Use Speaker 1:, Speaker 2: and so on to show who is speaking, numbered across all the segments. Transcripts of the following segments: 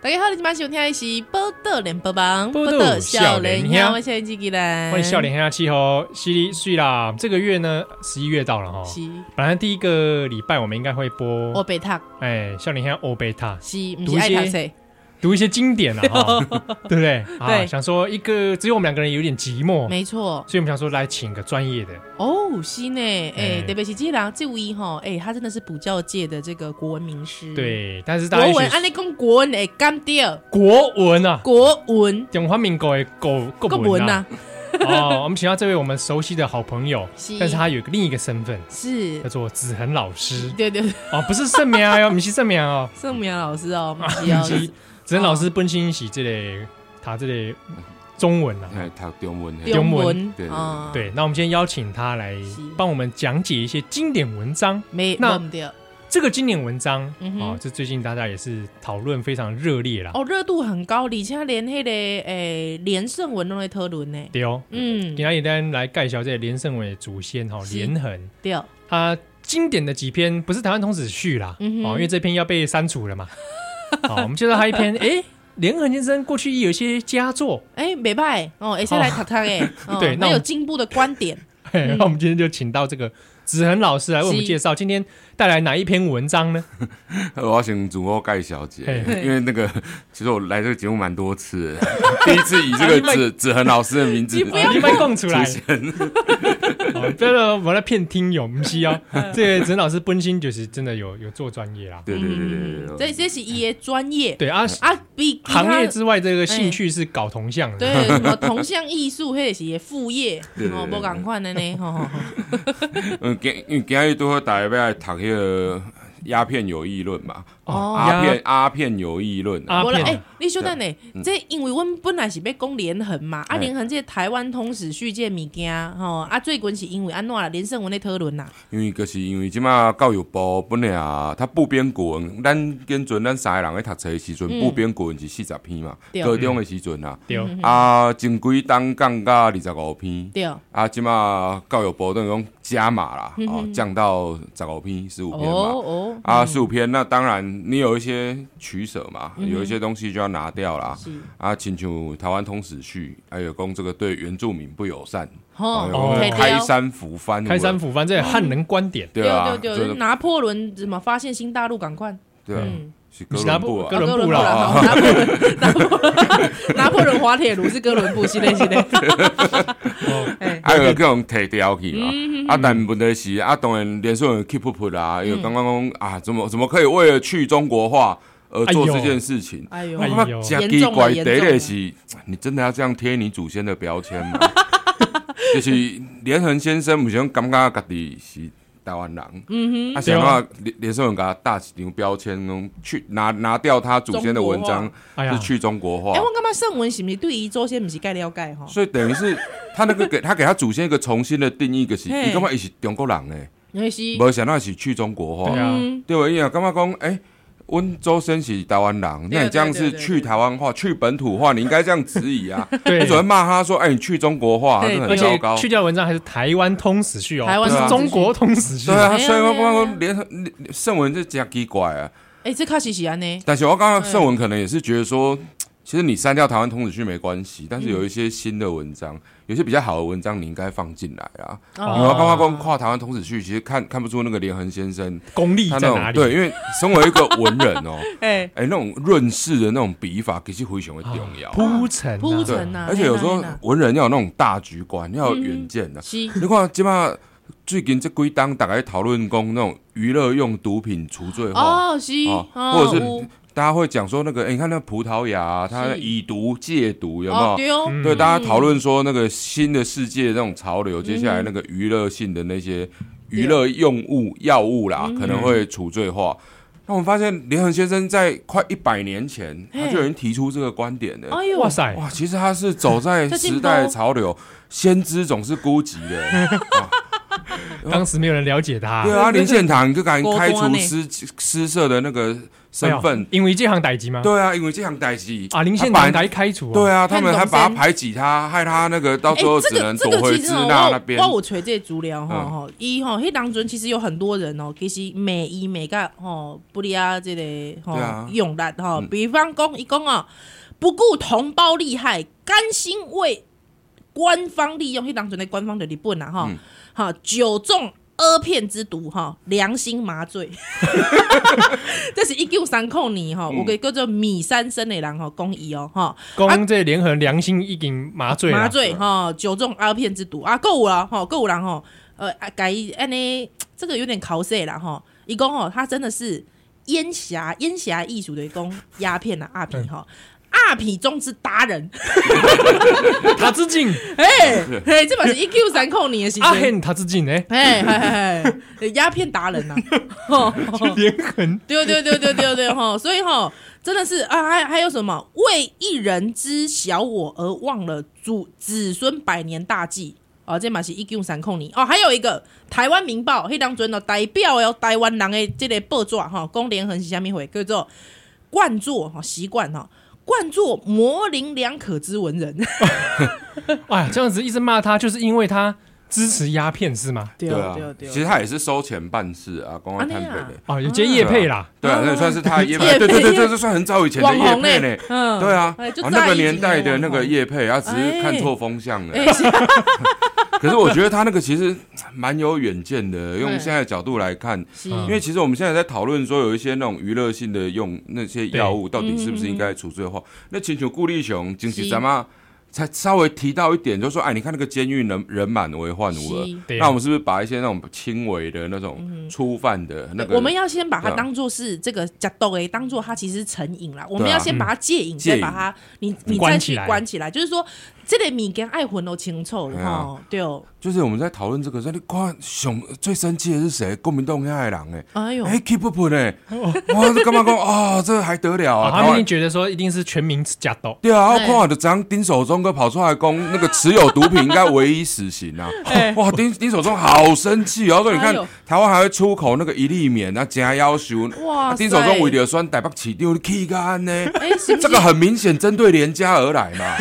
Speaker 1: 大家好，你今晚收听的是《报道联播网》，
Speaker 2: 报道少年兄
Speaker 1: 我现在记起来，
Speaker 2: 欢迎笑脸黑下气候，犀利碎啦！这个月呢，十一月到了哈，
Speaker 1: 是，哦
Speaker 2: 本来第一个礼拜我们应该会播
Speaker 1: 我，被读
Speaker 2: 哎，笑脸黑欧贝塔，
Speaker 1: 是，不
Speaker 2: 读
Speaker 1: 是
Speaker 2: 一
Speaker 1: 爱
Speaker 2: 些
Speaker 1: 读册，
Speaker 2: 读一些经典啊， 哈对不对？啊，
Speaker 1: 对
Speaker 2: 想说一个只有我们两个人有点寂寞，
Speaker 1: 没错，
Speaker 2: 所以我们想说来请个专业的，
Speaker 1: 哦，是呢，哎、
Speaker 2: 哎
Speaker 1: 特别是这人这位哈，哎、他真的是补教界的这个国文名师，，
Speaker 2: 对，但是大家
Speaker 1: 嗯国文，
Speaker 2: 也
Speaker 1: 啊
Speaker 2: 许
Speaker 1: 按你讲国文哎，干掉
Speaker 2: 国文啊，
Speaker 1: 国文
Speaker 2: 中华民国的国
Speaker 1: 国
Speaker 2: 国文
Speaker 1: 文
Speaker 2: 啊
Speaker 1: 呐、，
Speaker 2: 哦，我们请到这位我们熟悉的好朋友，
Speaker 1: 是
Speaker 2: 但是他有一个另一个身份，
Speaker 1: 是
Speaker 2: 叫，做子恒老师
Speaker 1: 对对对，
Speaker 2: 哦，不是盛名哦，不是盛名哦，
Speaker 1: 宋明老师 哦，不是
Speaker 2: 以
Speaker 1: 哦，
Speaker 2: 及子恒老师本身是这类他这类中文啊。
Speaker 1: 嗯
Speaker 3: 哎，读中文嘿，
Speaker 1: 中
Speaker 2: 中文
Speaker 1: 文
Speaker 3: 对对对
Speaker 1: 啊，
Speaker 2: 对，那我们今天邀请他来
Speaker 1: 是
Speaker 2: 帮我们讲解一些经典文章。
Speaker 1: 没
Speaker 2: 那
Speaker 1: 忘掉
Speaker 2: 这个经典文章
Speaker 1: 嗯哼
Speaker 2: 哦，这最近大家也是讨论非常热烈啦。
Speaker 1: 哦，热度很高，而且连那个诶连胜文都在讨论呢，
Speaker 2: 对哦，
Speaker 1: 嗯，
Speaker 2: 今天咱来介绍这个连胜文的祖先哈，
Speaker 1: 是
Speaker 2: 哦连横
Speaker 1: 对，
Speaker 2: 他经典的几篇，不是《台湾童子序》啦，
Speaker 1: 嗯哼
Speaker 2: 哦，因为这篇要被删除了嘛。 好，我们介绍他一篇，诶，连横先生过去也有一些佳作，
Speaker 1: 哎，没败哦，也是来谈谈哎， 哦
Speaker 2: 对那
Speaker 1: 很有
Speaker 2: 我们
Speaker 1: 进步的观点，
Speaker 2: 嘿那我们今天就请到这个子恒老师来为我
Speaker 1: 嗯
Speaker 2: 们
Speaker 1: 是
Speaker 2: 介绍今天带来哪一篇文章呢？
Speaker 3: 我要先自我介绍一下，
Speaker 2: 嘿
Speaker 3: 因为那个 其实我来这个节目蛮多次的，第一次以这个子子恒老师的名字
Speaker 1: 你不要
Speaker 2: 啊你快供出来
Speaker 3: 出！
Speaker 2: 哦，不要我来骗听友，不是哦。
Speaker 1: 嗯
Speaker 2: 这个陈老师本身就是真的有有做专业啦，
Speaker 3: 对 对对对对
Speaker 1: 嗯这
Speaker 3: 对，
Speaker 1: 这是伊的专业
Speaker 2: 对
Speaker 3: 嗯
Speaker 2: 啊，
Speaker 1: 啊，比比他
Speaker 2: 行业之外这个兴趣是搞铜像的，
Speaker 1: 对什么同向艺术，迄是伊的副业，
Speaker 3: 对对对
Speaker 1: 哦，
Speaker 3: 对
Speaker 1: 无共款的 呢，吼吼吼，
Speaker 3: 嗯，今因为今日都好大家要来读迄个鸦片有益论嘛，
Speaker 1: 哦
Speaker 2: 鸦
Speaker 3: 鸦片鸦片有益论啊，
Speaker 2: 鸦
Speaker 1: 无啦，
Speaker 2: 片
Speaker 1: 哎，你小等呢，这因为阮本来是要讲连横嘛，啊，
Speaker 3: 嗯哎
Speaker 1: 连横这个台湾通史序这个物件，吼，啊，最近是因为安怎啦，连胜文咧讨论啦，
Speaker 3: 因为就是因为即马教育部本来啊，他部编国文，咱跟阵咱三个人咧读册的时阵，
Speaker 1: 嗯
Speaker 3: 部编国文是四十篇嘛，
Speaker 1: 对
Speaker 3: 高中的时阵啊，
Speaker 2: 对，哦
Speaker 1: 嗯
Speaker 3: 啊，前几档降到二十五篇。
Speaker 1: 对，
Speaker 3: 啊，即马教育部等于讲加码啦，哦，降到十五篇、十五篇嘛。
Speaker 1: 嗯哦哦，
Speaker 3: 啊，十五篇，那当然你有一些取舍嘛，有一些东西就要拿掉啦。
Speaker 1: 嗯是，
Speaker 3: 啊，请求《台湾通史序》，还有讲这个对原住民不友善，
Speaker 1: 吼
Speaker 3: 哦，
Speaker 2: 可以
Speaker 3: 有
Speaker 2: 哦
Speaker 3: 开山扶番，
Speaker 2: 开山，斧翻这个汉人观点，
Speaker 3: 对啊，
Speaker 1: 对
Speaker 3: 这
Speaker 1: 对，拿破仑怎么发现新大陆？赶快，
Speaker 3: 对啊，
Speaker 1: 嗯
Speaker 3: 是哥伦布
Speaker 2: 不
Speaker 3: 啊
Speaker 2: 是，哥伦布啦
Speaker 1: 啊拿破仑，拿破仑， 拿破仑滑铁卢是哥伦布系列系列，
Speaker 2: 哦，
Speaker 1: 哎，
Speaker 3: 啊，有各种提掉去
Speaker 1: 嗯
Speaker 3: 嘛。啊，但问题是啊，当然连顺 keep up 啦，
Speaker 1: 嗯
Speaker 3: 有刚刚讲啊，怎么怎么可以为了去中国化而做这件事情？
Speaker 1: 哎呦，
Speaker 2: 哎呦
Speaker 3: 加奇怪，第一个是，你真的要这样贴你祖先的标签 吗？就是连横先生，不是讲感觉家己是台湾人，嗯哼，啊，想到连连胜文给他大一张标签，讲去拿拿掉他祖先的文章，
Speaker 2: 哎
Speaker 3: 是
Speaker 2: 呀，
Speaker 3: 去中国化
Speaker 1: 哎，，我感觉圣文是不是对于周先不是该了解哈？
Speaker 3: 所以等于是他那个给他给他祖先一个重新的定义，就是
Speaker 1: 嘿
Speaker 3: 你干嘛也是中国人哎，
Speaker 1: 那是，
Speaker 3: 没想到是去中国
Speaker 2: 对
Speaker 3: 化，
Speaker 2: 啊，
Speaker 1: 嗯，
Speaker 3: 对吧？因为感觉讲哎。温周先是台湾人，那你这样
Speaker 1: 对对对
Speaker 3: 是
Speaker 1: 对
Speaker 3: 去台湾化、去本土化，你应该这样质疑啊。
Speaker 2: 对
Speaker 3: 你，总会骂他说：“哎，你去中国化，
Speaker 1: 对
Speaker 3: 这
Speaker 2: 而
Speaker 3: 很糟
Speaker 2: 且
Speaker 3: 糕。”
Speaker 2: 去掉文章还是台湾通史序哦，
Speaker 1: 台湾
Speaker 2: 不是
Speaker 3: 通
Speaker 2: 中国通史序
Speaker 3: 对，啊，
Speaker 1: 对啊
Speaker 3: 所以我
Speaker 1: 对啊
Speaker 3: 刚刚连盛文是讲奇怪啊，
Speaker 1: 哎，这确实是安呢，
Speaker 3: 但是我刚刚盛文可能也是觉得说，其实你删掉台湾通史序没关
Speaker 1: 嗯
Speaker 3: 系，但是有一些新的文章，有些比较好的文章你应该放进来啊。
Speaker 2: 哦
Speaker 3: 因为我刚刚光跨台湾通史序，其实看看不出那个连横先生
Speaker 2: 功力
Speaker 3: 他
Speaker 2: 在哪
Speaker 3: 那种
Speaker 2: 里？
Speaker 3: 对，因为身为一个文人 哦，
Speaker 1: 哎，
Speaker 3: 哎，那种润饰的那种笔法，其实回旋会重要。
Speaker 2: 铺陈啊，
Speaker 1: 哦铺
Speaker 3: 对
Speaker 1: 陈呐，
Speaker 3: 而且有时
Speaker 1: 嘿
Speaker 3: 候
Speaker 1: 呐
Speaker 3: 文人要有那种大局观，要有远见的。啊
Speaker 1: 嘿呐是，
Speaker 3: 你看，即马最近这几档大概讨论讲那种娱乐用毒品除罪化，
Speaker 1: 哦是，
Speaker 3: 哦
Speaker 1: 哦
Speaker 3: 或者是
Speaker 1: 有
Speaker 3: 大家会讲说那个，哎诶你看那葡萄牙啊，它
Speaker 1: 是
Speaker 3: 以毒戒毒有嗯
Speaker 1: 哦
Speaker 3: 没
Speaker 1: 对
Speaker 3: 有？
Speaker 1: 哦，
Speaker 2: 嗯
Speaker 3: 对，大家讨论说那个新的世界那种潮流，接
Speaker 2: 嗯
Speaker 3: 下来那个娱乐性的那些娱乐用物、药物啦，
Speaker 2: 嗯
Speaker 3: 可能会除罪化。那我们发现，连横先生在快一百年前，
Speaker 1: 嘿
Speaker 3: 他就已经提出这个观点了。
Speaker 1: 哎呦，
Speaker 2: 哇塞，
Speaker 3: 哇，其实他
Speaker 2: 哎
Speaker 3: 是走在
Speaker 1: 在进
Speaker 3: 时代
Speaker 1: 步
Speaker 3: 潮流，先知总是孤寂的。啊
Speaker 2: 当时没有人了解他。
Speaker 3: 对啊，林献堂就敢
Speaker 1: 国
Speaker 3: 开
Speaker 1: 光
Speaker 3: 除
Speaker 1: 呢
Speaker 3: 诗诗社的那
Speaker 2: 哎
Speaker 3: 个
Speaker 2: 呦
Speaker 3: 身份，
Speaker 2: 因为这行歹籍吗？
Speaker 3: 对啊，因为这项代际
Speaker 2: 啊，林宪
Speaker 3: 他
Speaker 2: 堂
Speaker 3: 本来
Speaker 2: 来开除啊。
Speaker 3: 对啊，他
Speaker 1: 看
Speaker 3: 们还
Speaker 1: 懂
Speaker 3: 把他
Speaker 1: 先
Speaker 3: 排挤他，害他那个到
Speaker 1: 哎
Speaker 3: 最后，
Speaker 1: 这
Speaker 3: 只能
Speaker 1: 个这
Speaker 3: 躲
Speaker 1: 个
Speaker 3: 回
Speaker 1: 其
Speaker 3: 支
Speaker 1: 实哦
Speaker 3: 那
Speaker 1: 我
Speaker 3: 那
Speaker 1: 有
Speaker 3: 边。
Speaker 1: 我有找这资料吼
Speaker 3: 嗯
Speaker 1: 吼，伊吼迄当阵其实有很多人哦，其实美伊美甲吼不利啊，这个吼
Speaker 3: 对啊
Speaker 1: 用力吼，比方讲伊讲哦，不顾同胞利害，甘心为官方利用，迄当阵的官方就日本啦吼
Speaker 3: 嗯，
Speaker 1: 哈九中。阿片之毒哈，良心麻 醉， 这是一九三控年
Speaker 3: 嗯
Speaker 1: 哈，有个叫做米三生的人吼，讲伊哦哈，
Speaker 2: 公这联合良心已经麻醉了
Speaker 1: 麻醉哈、九中阿片之毒啊，够了哈，够了哈，呃，啊改安尼这个有点考试啦哈，一共哦，他真的是烟霞烟霞艺术的工鸦片啊，阿皮哈。阿皮中之达人，
Speaker 2: 他自尽，
Speaker 1: 哎、嘿，这把是一 Q 三扣你的 时
Speaker 2: 阿
Speaker 1: 间，
Speaker 2: henn 他自尽 哎，
Speaker 1: 哎哎哎，鸦片达人呐、啊，
Speaker 2: 连横
Speaker 1: 对对对对对对哈，所以哈，真的是啊，还还有什么为一人之小我而忘了祖子孙百年大计哦，这嘛是一九三控年哦，还有一个台湾民报，迄当阵哦代表哦台湾人的这个报纸哈，讲联合是虾米会叫做惯作哈习惯哈。惯作模棱两可之文人，
Speaker 2: 哎，这样子一直骂他，就是因为他支持鸦片是吗？
Speaker 1: 对哦
Speaker 3: 啊，其实他也是收钱办事啊，公安
Speaker 1: 啊
Speaker 3: 摊
Speaker 1: 那
Speaker 3: 配
Speaker 1: 样
Speaker 3: 的。
Speaker 2: 哦，有接叶配啦，
Speaker 3: 对啊，那也算是他的业配，
Speaker 1: 业
Speaker 3: 对对
Speaker 1: 配
Speaker 3: 对，这是算很早以前的
Speaker 1: 网
Speaker 3: 业
Speaker 1: 红
Speaker 3: 配
Speaker 1: 嘞
Speaker 3: 呢。
Speaker 1: 嗯，
Speaker 3: 对啊，
Speaker 1: 哎就
Speaker 3: 啊
Speaker 1: 在
Speaker 3: 那个
Speaker 1: 以前
Speaker 3: 年代的那个
Speaker 1: 网红，
Speaker 3: 业配，他啊只是看
Speaker 1: 哎
Speaker 3: 错风向了。
Speaker 1: 哎，是
Speaker 3: 可是我觉得他那个其实蛮有远见的，用
Speaker 1: 嗯
Speaker 3: 现在的角度来看，
Speaker 1: 是
Speaker 2: 嗯
Speaker 3: 因为其实我们现在在讨论说有一些那种娱乐性的用那些药物到底是不是应该处罪化，那请求顾立雄，就是
Speaker 1: 是
Speaker 3: 咱们才稍微提到一点，就说哎，你看那个监狱人人满为患无了。
Speaker 1: 是
Speaker 2: 对
Speaker 3: 那
Speaker 2: 啊
Speaker 3: 我，们是不是把一些那种轻微的那种初犯的那个，
Speaker 1: 我们要先把它
Speaker 3: 对啊
Speaker 1: 当做是这个假豆诶，当做它其实是成瘾啦。我们
Speaker 3: 对啊
Speaker 1: 要先把它戒瘾，
Speaker 3: 戒
Speaker 1: 再
Speaker 3: 瘾
Speaker 1: 把它你你
Speaker 2: 关
Speaker 1: 再
Speaker 2: 起
Speaker 1: 去
Speaker 2: 来
Speaker 1: 关起来。就是说，这类米跟爱魂都哦清楚
Speaker 3: 对
Speaker 1: 了
Speaker 3: 啊
Speaker 1: 哈，对哦。
Speaker 3: 就是我们在讨论这个，说你看熊最生气的是谁？国民党那的人哎，
Speaker 1: 哎呦，
Speaker 3: 哎 keep up 呢，哇，这干嘛讲哦，这还得了
Speaker 2: 哦
Speaker 3: 啊？
Speaker 2: 他
Speaker 3: 台
Speaker 2: 们一
Speaker 3: 湾
Speaker 2: 定觉得说一定是全民假斗，
Speaker 3: 对啊，我
Speaker 1: 对
Speaker 3: 看我的张丁守中哥跑出来攻那个持有毒品应该唯一死 刑啊！哇，丁丁守中好生气哦，然后说你看
Speaker 1: 哎呦
Speaker 3: 台湾还会出口那个一粒棉啊，加要求
Speaker 1: 哇
Speaker 3: 啊
Speaker 1: 塞
Speaker 3: 丁守中为了酸台北起丢气干呢，
Speaker 1: 哎，是不
Speaker 3: 这个
Speaker 1: 是
Speaker 3: 很明显针对连家而来 嘛。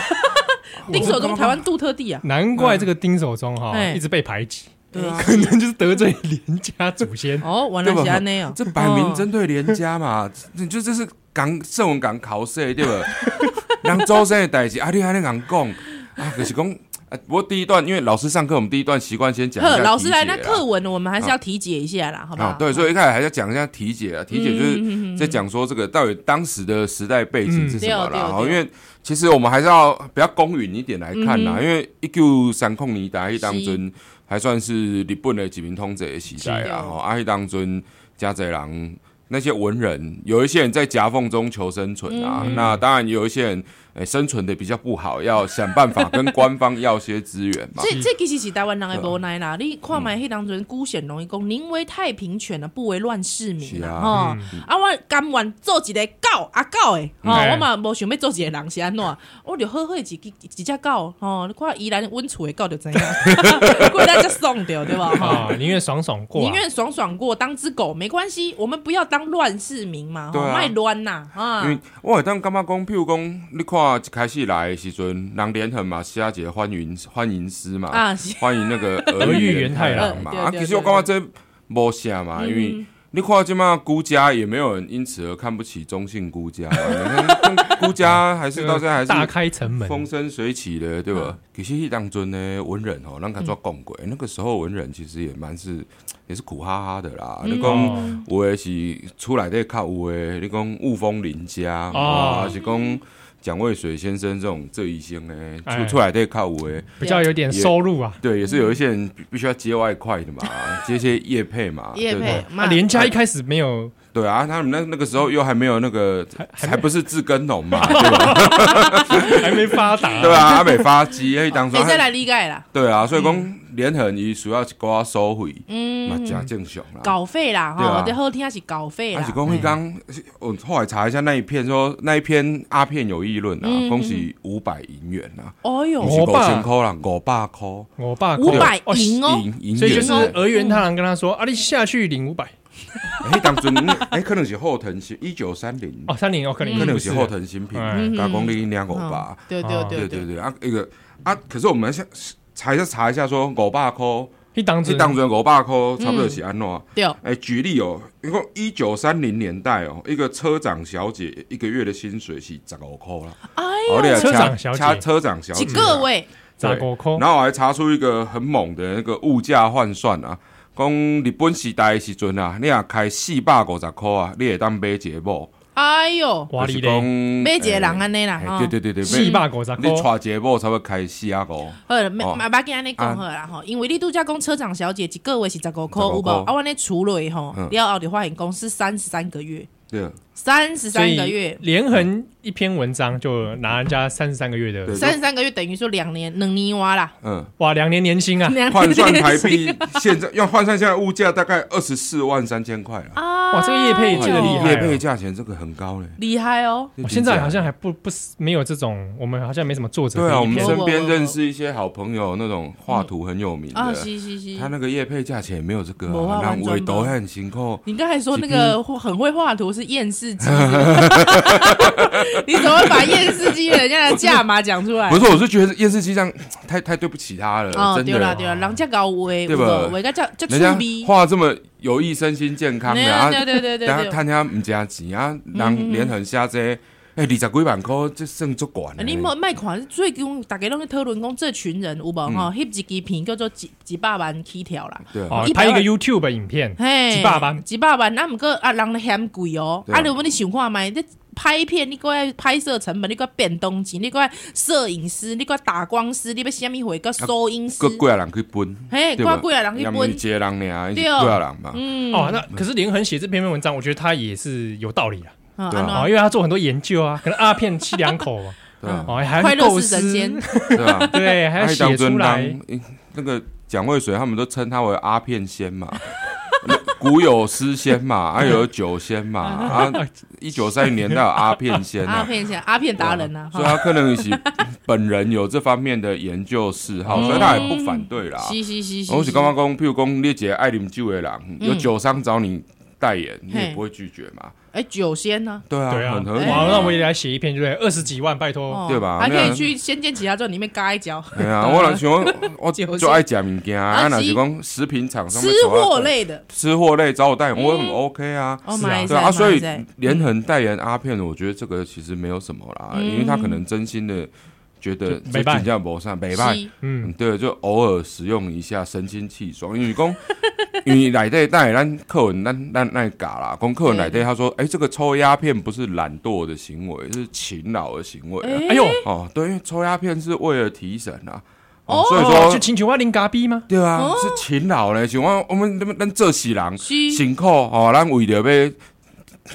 Speaker 1: 丁守中台湾杜特
Speaker 3: 嗯
Speaker 1: 地啊？
Speaker 2: 难怪这个丁守中哈
Speaker 1: 哎
Speaker 2: 一直被排挤，
Speaker 1: 对啊，
Speaker 2: 可能就是得罪连家祖先。
Speaker 1: 哦，原来
Speaker 3: 对吧
Speaker 1: 是安内哦，
Speaker 3: 这摆明
Speaker 1: 哦
Speaker 3: 针对连家嘛，你就这是港圣文港考试对吧？ 人周生的代志，啊，你还能讲讲啊？可是讲啊，不过第一段因为老师上课，我们第一段习惯先讲一下
Speaker 1: 呵，老
Speaker 3: 题
Speaker 1: 师来，
Speaker 3: 解
Speaker 1: 那
Speaker 3: 啦
Speaker 1: 课文我们还是要体解一下啦，好不好嗯
Speaker 3: 啊，？对，所以一开始还在讲一下体解啊，体解就是在讲说这个到底当时的时代背景是什么
Speaker 1: 嗯对
Speaker 3: 啦。
Speaker 1: 哦
Speaker 3: 好，因
Speaker 1: 对哦
Speaker 3: 为其实我们还是要比较公允一点来看
Speaker 1: 嗯
Speaker 3: 啦，因为一九三控年代迄当阵还算是日本的殖民统治的时代
Speaker 1: 是
Speaker 3: 啊，
Speaker 1: 哦
Speaker 3: 吼，啊，迄当阵加贼人那些文人，有一些人在夹缝中求生存
Speaker 1: 嗯
Speaker 3: 啊，那当然有一些人诶生存的比较不好，要想办法跟官方要些资源嘛。嗯
Speaker 1: 这这其实是台湾人的无奈啦，你看卖迄当阵辜显荣伊讲，宁为太平犬啊，不为乱世民
Speaker 3: 是啊
Speaker 1: 啊，吼啊，我甘愿做一个狗啊狗诶，吼，
Speaker 2: 嗯
Speaker 1: 我嘛无想要做一个人是安怎，我就好好一只一只狗，吼，你看宜兰温厝的狗就 知影， 过来才送掉对吧？
Speaker 2: 啊
Speaker 1: 吼，，
Speaker 2: 宁愿爽爽过
Speaker 1: 宁
Speaker 2: 啊，
Speaker 1: 愿爽爽过当只狗没关系，我们不要当乱世民嘛，吼，
Speaker 3: 对啊
Speaker 1: 卖乱呐
Speaker 3: 因为
Speaker 1: 啊，
Speaker 3: 我会当感觉讲，譬如讲，你看一开始来的时阵，人连横嘛，写一个欢迎欢迎诗嘛，
Speaker 1: 啊是
Speaker 3: 欢迎那个
Speaker 2: 俄
Speaker 3: 俄
Speaker 2: 语
Speaker 3: 语
Speaker 2: 元
Speaker 3: 元
Speaker 2: 太
Speaker 3: 太
Speaker 2: 郎
Speaker 3: 郎嘛。
Speaker 1: 嗯对
Speaker 3: 啊，
Speaker 1: 对嗯
Speaker 3: 其实我感觉这无啥嘛，因为你看即马孤家也没有人因此而看不起中性孤 家嘛，你看看孤家还是到现在还是
Speaker 2: 啊大开城门，
Speaker 3: 风生水起的，
Speaker 1: 嗯
Speaker 3: 对吧？其实当尊呢，文人哦，咱敢做讲过，那个时候文人其实也蛮是也是苦哈哈的
Speaker 1: 嗯
Speaker 3: 啦。
Speaker 2: 哦
Speaker 3: 你讲有的是出来的较有的，你讲雾峰林家
Speaker 2: 哦
Speaker 3: 啊，还是讲蒋渭水先生这种这一些呢，
Speaker 2: 哎
Speaker 3: 出出来的较有的。
Speaker 2: 比较有点收入啊。
Speaker 3: 对，也是有一 些人必必须要接外快的嘛，接一些业配嘛，
Speaker 1: 叶
Speaker 3: 对不对
Speaker 1: 佩，
Speaker 2: 那
Speaker 1: 嘛
Speaker 2: 连家一开始没有
Speaker 3: 对啊，他们那那个时候又还没有那个，
Speaker 2: 还
Speaker 3: 还
Speaker 2: 没
Speaker 3: 不是自耕 农嘛，对吧？
Speaker 2: 还没发达，
Speaker 3: 对啊，还没发机，迄当初
Speaker 1: 会使欸来理解啦，
Speaker 3: 对啊，所以
Speaker 2: 嗯
Speaker 3: 讲联恒伊需要一寡收费，嘛真正常啦。
Speaker 1: 稿费啦，
Speaker 3: 对啊
Speaker 1: 吼，这好听是稿费
Speaker 3: 但
Speaker 1: 啦
Speaker 3: 是，讲迄刚，我后来查一下那一篇说那一篇阿片有议论啊，恭喜五百银元啊，
Speaker 1: 哦哟
Speaker 3: 不，是
Speaker 2: 嗯哦
Speaker 3: 五千块啦，五百块，
Speaker 2: 我爸
Speaker 1: 五百嗯
Speaker 2: 哦
Speaker 1: 银哦，
Speaker 3: 银银
Speaker 2: 所以就
Speaker 3: 元
Speaker 2: 是呃
Speaker 3: 欸。
Speaker 2: 俄元太郎跟他说：“啊，你下去领五百
Speaker 3: 哎，当阵哎，可能是后藤新一九三零，
Speaker 2: 哦，三零哦，可能
Speaker 3: 可能
Speaker 2: 不
Speaker 3: 是后藤新平，
Speaker 2: 嗯
Speaker 3: 加讲你两五
Speaker 1: 嗯
Speaker 3: 百，
Speaker 1: 对对
Speaker 2: 哦
Speaker 1: 对
Speaker 3: 对
Speaker 1: 对
Speaker 3: 对对啊，一个啊，可是我们先查一下查一下说五百块，
Speaker 2: 一当
Speaker 3: 你
Speaker 2: 子
Speaker 3: 当阵五百块差不多是安怎？
Speaker 1: 对，
Speaker 3: 哎、举例哦，因为一九三零年代哦，一个车长小姐一个月的薪水是十五块啦。
Speaker 1: 哎
Speaker 3: 哦好你
Speaker 1: 呦
Speaker 3: 也，
Speaker 2: 车
Speaker 3: 查
Speaker 2: 长小姐
Speaker 3: 查车长小姐
Speaker 1: 几
Speaker 3: 啊，
Speaker 1: 个位，
Speaker 2: 砸国扣，
Speaker 3: 然后我还查出一个很猛的那个物价换算啊，讲日本时代的时阵啊，你若开四百五十块啊，你会当买一个某，
Speaker 1: 哎呦，
Speaker 2: 哇
Speaker 3: 就
Speaker 2: 哩
Speaker 3: 是
Speaker 2: 嘞
Speaker 3: 讲，
Speaker 1: 买一个人
Speaker 3: 啊，
Speaker 1: 安尼啦，
Speaker 3: 哎
Speaker 1: 吼，
Speaker 3: 对对对对，
Speaker 2: 四
Speaker 3: 买
Speaker 1: 嗯
Speaker 2: 百五十
Speaker 3: 你
Speaker 2: 块，
Speaker 3: 娶一个某差不多开四啊五。
Speaker 1: 好了，没
Speaker 3: 哦
Speaker 1: 嘛，别跟安尼讲好了啦吼，因为你度假讲车长小姐一个月是十五块，
Speaker 3: 15
Speaker 1: 有无？
Speaker 3: 块
Speaker 1: 啊，我那除了吼
Speaker 3: 嗯，
Speaker 1: 了后就发现讲是三十三个月，
Speaker 3: 对，
Speaker 1: 三十
Speaker 2: 所
Speaker 1: 三
Speaker 2: 以
Speaker 1: 个
Speaker 3: 嗯
Speaker 1: 月，
Speaker 2: 连横一篇文章就拿人家三十三个月的
Speaker 3: 对
Speaker 1: 三十三个月等于说两年，两年哇啦，
Speaker 3: 嗯，
Speaker 2: 哇，两年年薪啊，
Speaker 1: 两年
Speaker 3: 换算台币现在要换算现在物价大概二十四万三千块了。
Speaker 1: 啊，
Speaker 2: 哇这个业配这个厉害
Speaker 3: 业
Speaker 2: 哦
Speaker 3: 配价钱这个很高嘞。
Speaker 1: 厉害哦，
Speaker 2: 哦现在好像还不不是没有这种，我们好像没什么作者
Speaker 3: 对
Speaker 2: 可
Speaker 3: 啊，
Speaker 2: 以
Speaker 3: 我们
Speaker 2: 骗
Speaker 1: 是
Speaker 3: 身边认识一些好朋友，那种画图很有名
Speaker 1: 啊，
Speaker 3: 的，
Speaker 1: 是是是
Speaker 3: 他。那个业配价钱也没有这个
Speaker 1: 没啊
Speaker 3: 啊，
Speaker 1: 完
Speaker 3: 让
Speaker 1: 全
Speaker 3: 维
Speaker 1: 没
Speaker 3: 都很辛苦。
Speaker 1: 你刚才说那个很会画图是验视机， 你怎么会把验视机人家的价码讲出来
Speaker 3: 不？是，我是觉得电视机这样太太对不起他了，
Speaker 1: 哦，
Speaker 3: 真
Speaker 1: 对啦
Speaker 3: 的。
Speaker 1: 对啦，人家搞喂，
Speaker 3: 对吧
Speaker 1: 喂个叫叫粗
Speaker 3: 人家
Speaker 1: 逼，
Speaker 3: 画这么有益身心健康
Speaker 1: 对
Speaker 3: 的，啊，
Speaker 1: 对对对对嗯
Speaker 3: 但
Speaker 1: 对。
Speaker 3: 他家唔加钱啊，人连横下这，哎，二十几万块，这算足管
Speaker 1: 啊、你莫卖看，最近大家拢在讨论讲，这群人有无吼，翕、一支片叫做几几百万起跳啦。
Speaker 3: 对啊，
Speaker 2: 哦
Speaker 1: 一，百
Speaker 2: 拍
Speaker 1: 万
Speaker 2: 一个 YouTube 影片，
Speaker 1: 嘿，
Speaker 2: 一百万
Speaker 1: 一百万，啊，毋过啊，人咧嫌贵哦。
Speaker 3: 对啊
Speaker 1: 啊，如果你想看卖，你拍片，你搁要拍摄成本，你搁要变动钱，你搁要摄影师，你搁要打光师，你要虾米货，搁收音师
Speaker 3: 个，几个人去分，
Speaker 1: 嘿，
Speaker 3: 啊对
Speaker 1: 挂
Speaker 3: 吧？
Speaker 1: 贵啊，人去
Speaker 3: 也不是
Speaker 1: 分
Speaker 3: 一，个人尔，
Speaker 1: 对嗯
Speaker 3: 几个人嘛，
Speaker 2: 哦，那可是连横写这篇文章，我觉得他也是有道理啊，
Speaker 1: 啊
Speaker 3: 对啊
Speaker 1: 安
Speaker 2: 哦，因为他做很多研究啊，可能阿片七两口嘛，
Speaker 3: 对啊，
Speaker 2: 哦，还
Speaker 1: 怎
Speaker 2: 要
Speaker 1: 嗯快乐
Speaker 2: 构
Speaker 1: 是人间
Speaker 2: 思，，
Speaker 3: 对 啊。
Speaker 2: 对，还要
Speaker 3: 爱当
Speaker 2: 写
Speaker 3: 尊
Speaker 2: 出来，
Speaker 3: 当，诶那个蒋渭水他们都称他为阿片仙嘛， 古有诗仙嘛， 啊有酒仙嘛，啊一九三零年代有阿片仙
Speaker 1: 阿
Speaker 3: 啊，
Speaker 1: 片现阿片达人呐、啊
Speaker 3: 所以他可能是本人有这方面的研究嗜好，所以他也不反对啦
Speaker 1: 哈，。嗯是是是是，
Speaker 3: 啊我是刚刚讲，譬如讲你姐爱啉酒的人，有酒商找你代言，你
Speaker 1: 嘿
Speaker 3: 也不会拒绝嘛？
Speaker 1: 哎、酒仙呢、
Speaker 3: 对啊，
Speaker 2: 对啊，
Speaker 3: 很合理
Speaker 2: 哇，那
Speaker 3: 啊。
Speaker 2: 我也来写一篇，对不对？二十几万，拜托，
Speaker 1: 哦
Speaker 3: 对吧
Speaker 1: 还可
Speaker 3: 那
Speaker 1: 以
Speaker 3: 样
Speaker 1: 去《仙剑奇侠传》里面嘎一脚，
Speaker 3: 对啊，我若想讲， 我
Speaker 1: 酒
Speaker 3: 就爱食物件，啊，
Speaker 1: 是
Speaker 3: 若是讲食品厂商
Speaker 1: 吃货
Speaker 3: 啊
Speaker 1: 类的。
Speaker 3: 吃货类找我代言，我很 OK 啊。
Speaker 1: 哦，
Speaker 2: 是啊
Speaker 1: 买
Speaker 3: 对
Speaker 1: 在
Speaker 3: 啊，所以
Speaker 1: 买在
Speaker 3: 连横代言阿片，我觉得这个其实没有什么啦，因为他可能真心的觉得
Speaker 2: 就没办
Speaker 3: 比较不上北派，
Speaker 1: 是
Speaker 2: 嗯
Speaker 3: 嗯，对，就偶尔使用一下，神清气爽。因为讲，因为奶对带咱课文咱咱那嘎啦，讲课文奶对他说，哎，这个抽鸦片不是懒惰的行为，是勤劳的行为啊。
Speaker 2: 哎呦，
Speaker 3: 哦，对，因为抽鸦片是为了提神啊，
Speaker 1: 哦
Speaker 3: 哦，所以
Speaker 2: 就
Speaker 3: 说。
Speaker 2: 请求我零嘎逼吗？
Speaker 3: 对啊，是勤劳嘞，像我我们咱咱做事人，
Speaker 1: 是
Speaker 3: 辛苦哦，咱为着要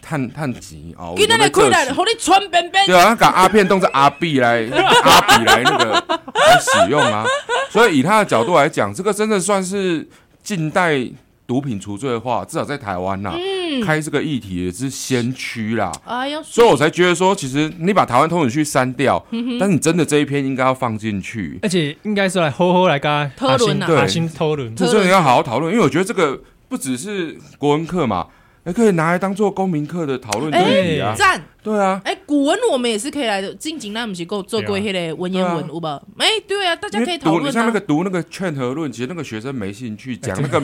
Speaker 3: 趁趁钱哦，为
Speaker 1: 今
Speaker 3: 着
Speaker 1: 仔
Speaker 3: 要
Speaker 1: 日
Speaker 3: 做
Speaker 1: 开来，
Speaker 3: 事。
Speaker 1: 互你穿边边
Speaker 3: 对。啊，他把阿片当成阿币来 阿比来那个来使用啊，所以以他的角度来讲，这个真的算是近代毒品除罪化，至少在台湾呐、
Speaker 1: 嗯
Speaker 3: 开这个议题也是先驱啦。
Speaker 1: 哎呦，
Speaker 3: 所以我才觉得说，其实你把台湾通讯区删掉，
Speaker 1: 嗯
Speaker 3: 但你真的这一篇应该要放进去，
Speaker 2: 而且应该是来吼吼来嘎
Speaker 1: 讨论啊
Speaker 2: 阿星讨论，
Speaker 3: 这真的要好好讨论，因为我觉得这个不只是国文课嘛，也可以拿来当做公民课的讨论
Speaker 1: 哎
Speaker 3: 议题啊。
Speaker 1: 赞！
Speaker 3: 对啊，
Speaker 1: 哎，古文我们也是可以来的，近景那不是够做过迄个文言文，有吧？哎，对啊，大家
Speaker 3: 因
Speaker 1: 可以
Speaker 3: 为
Speaker 1: 讨
Speaker 3: 读你
Speaker 1: 论
Speaker 3: 像那
Speaker 1: 啊
Speaker 3: 个。读那个《劝和论》，其实那个学生没兴趣讲那个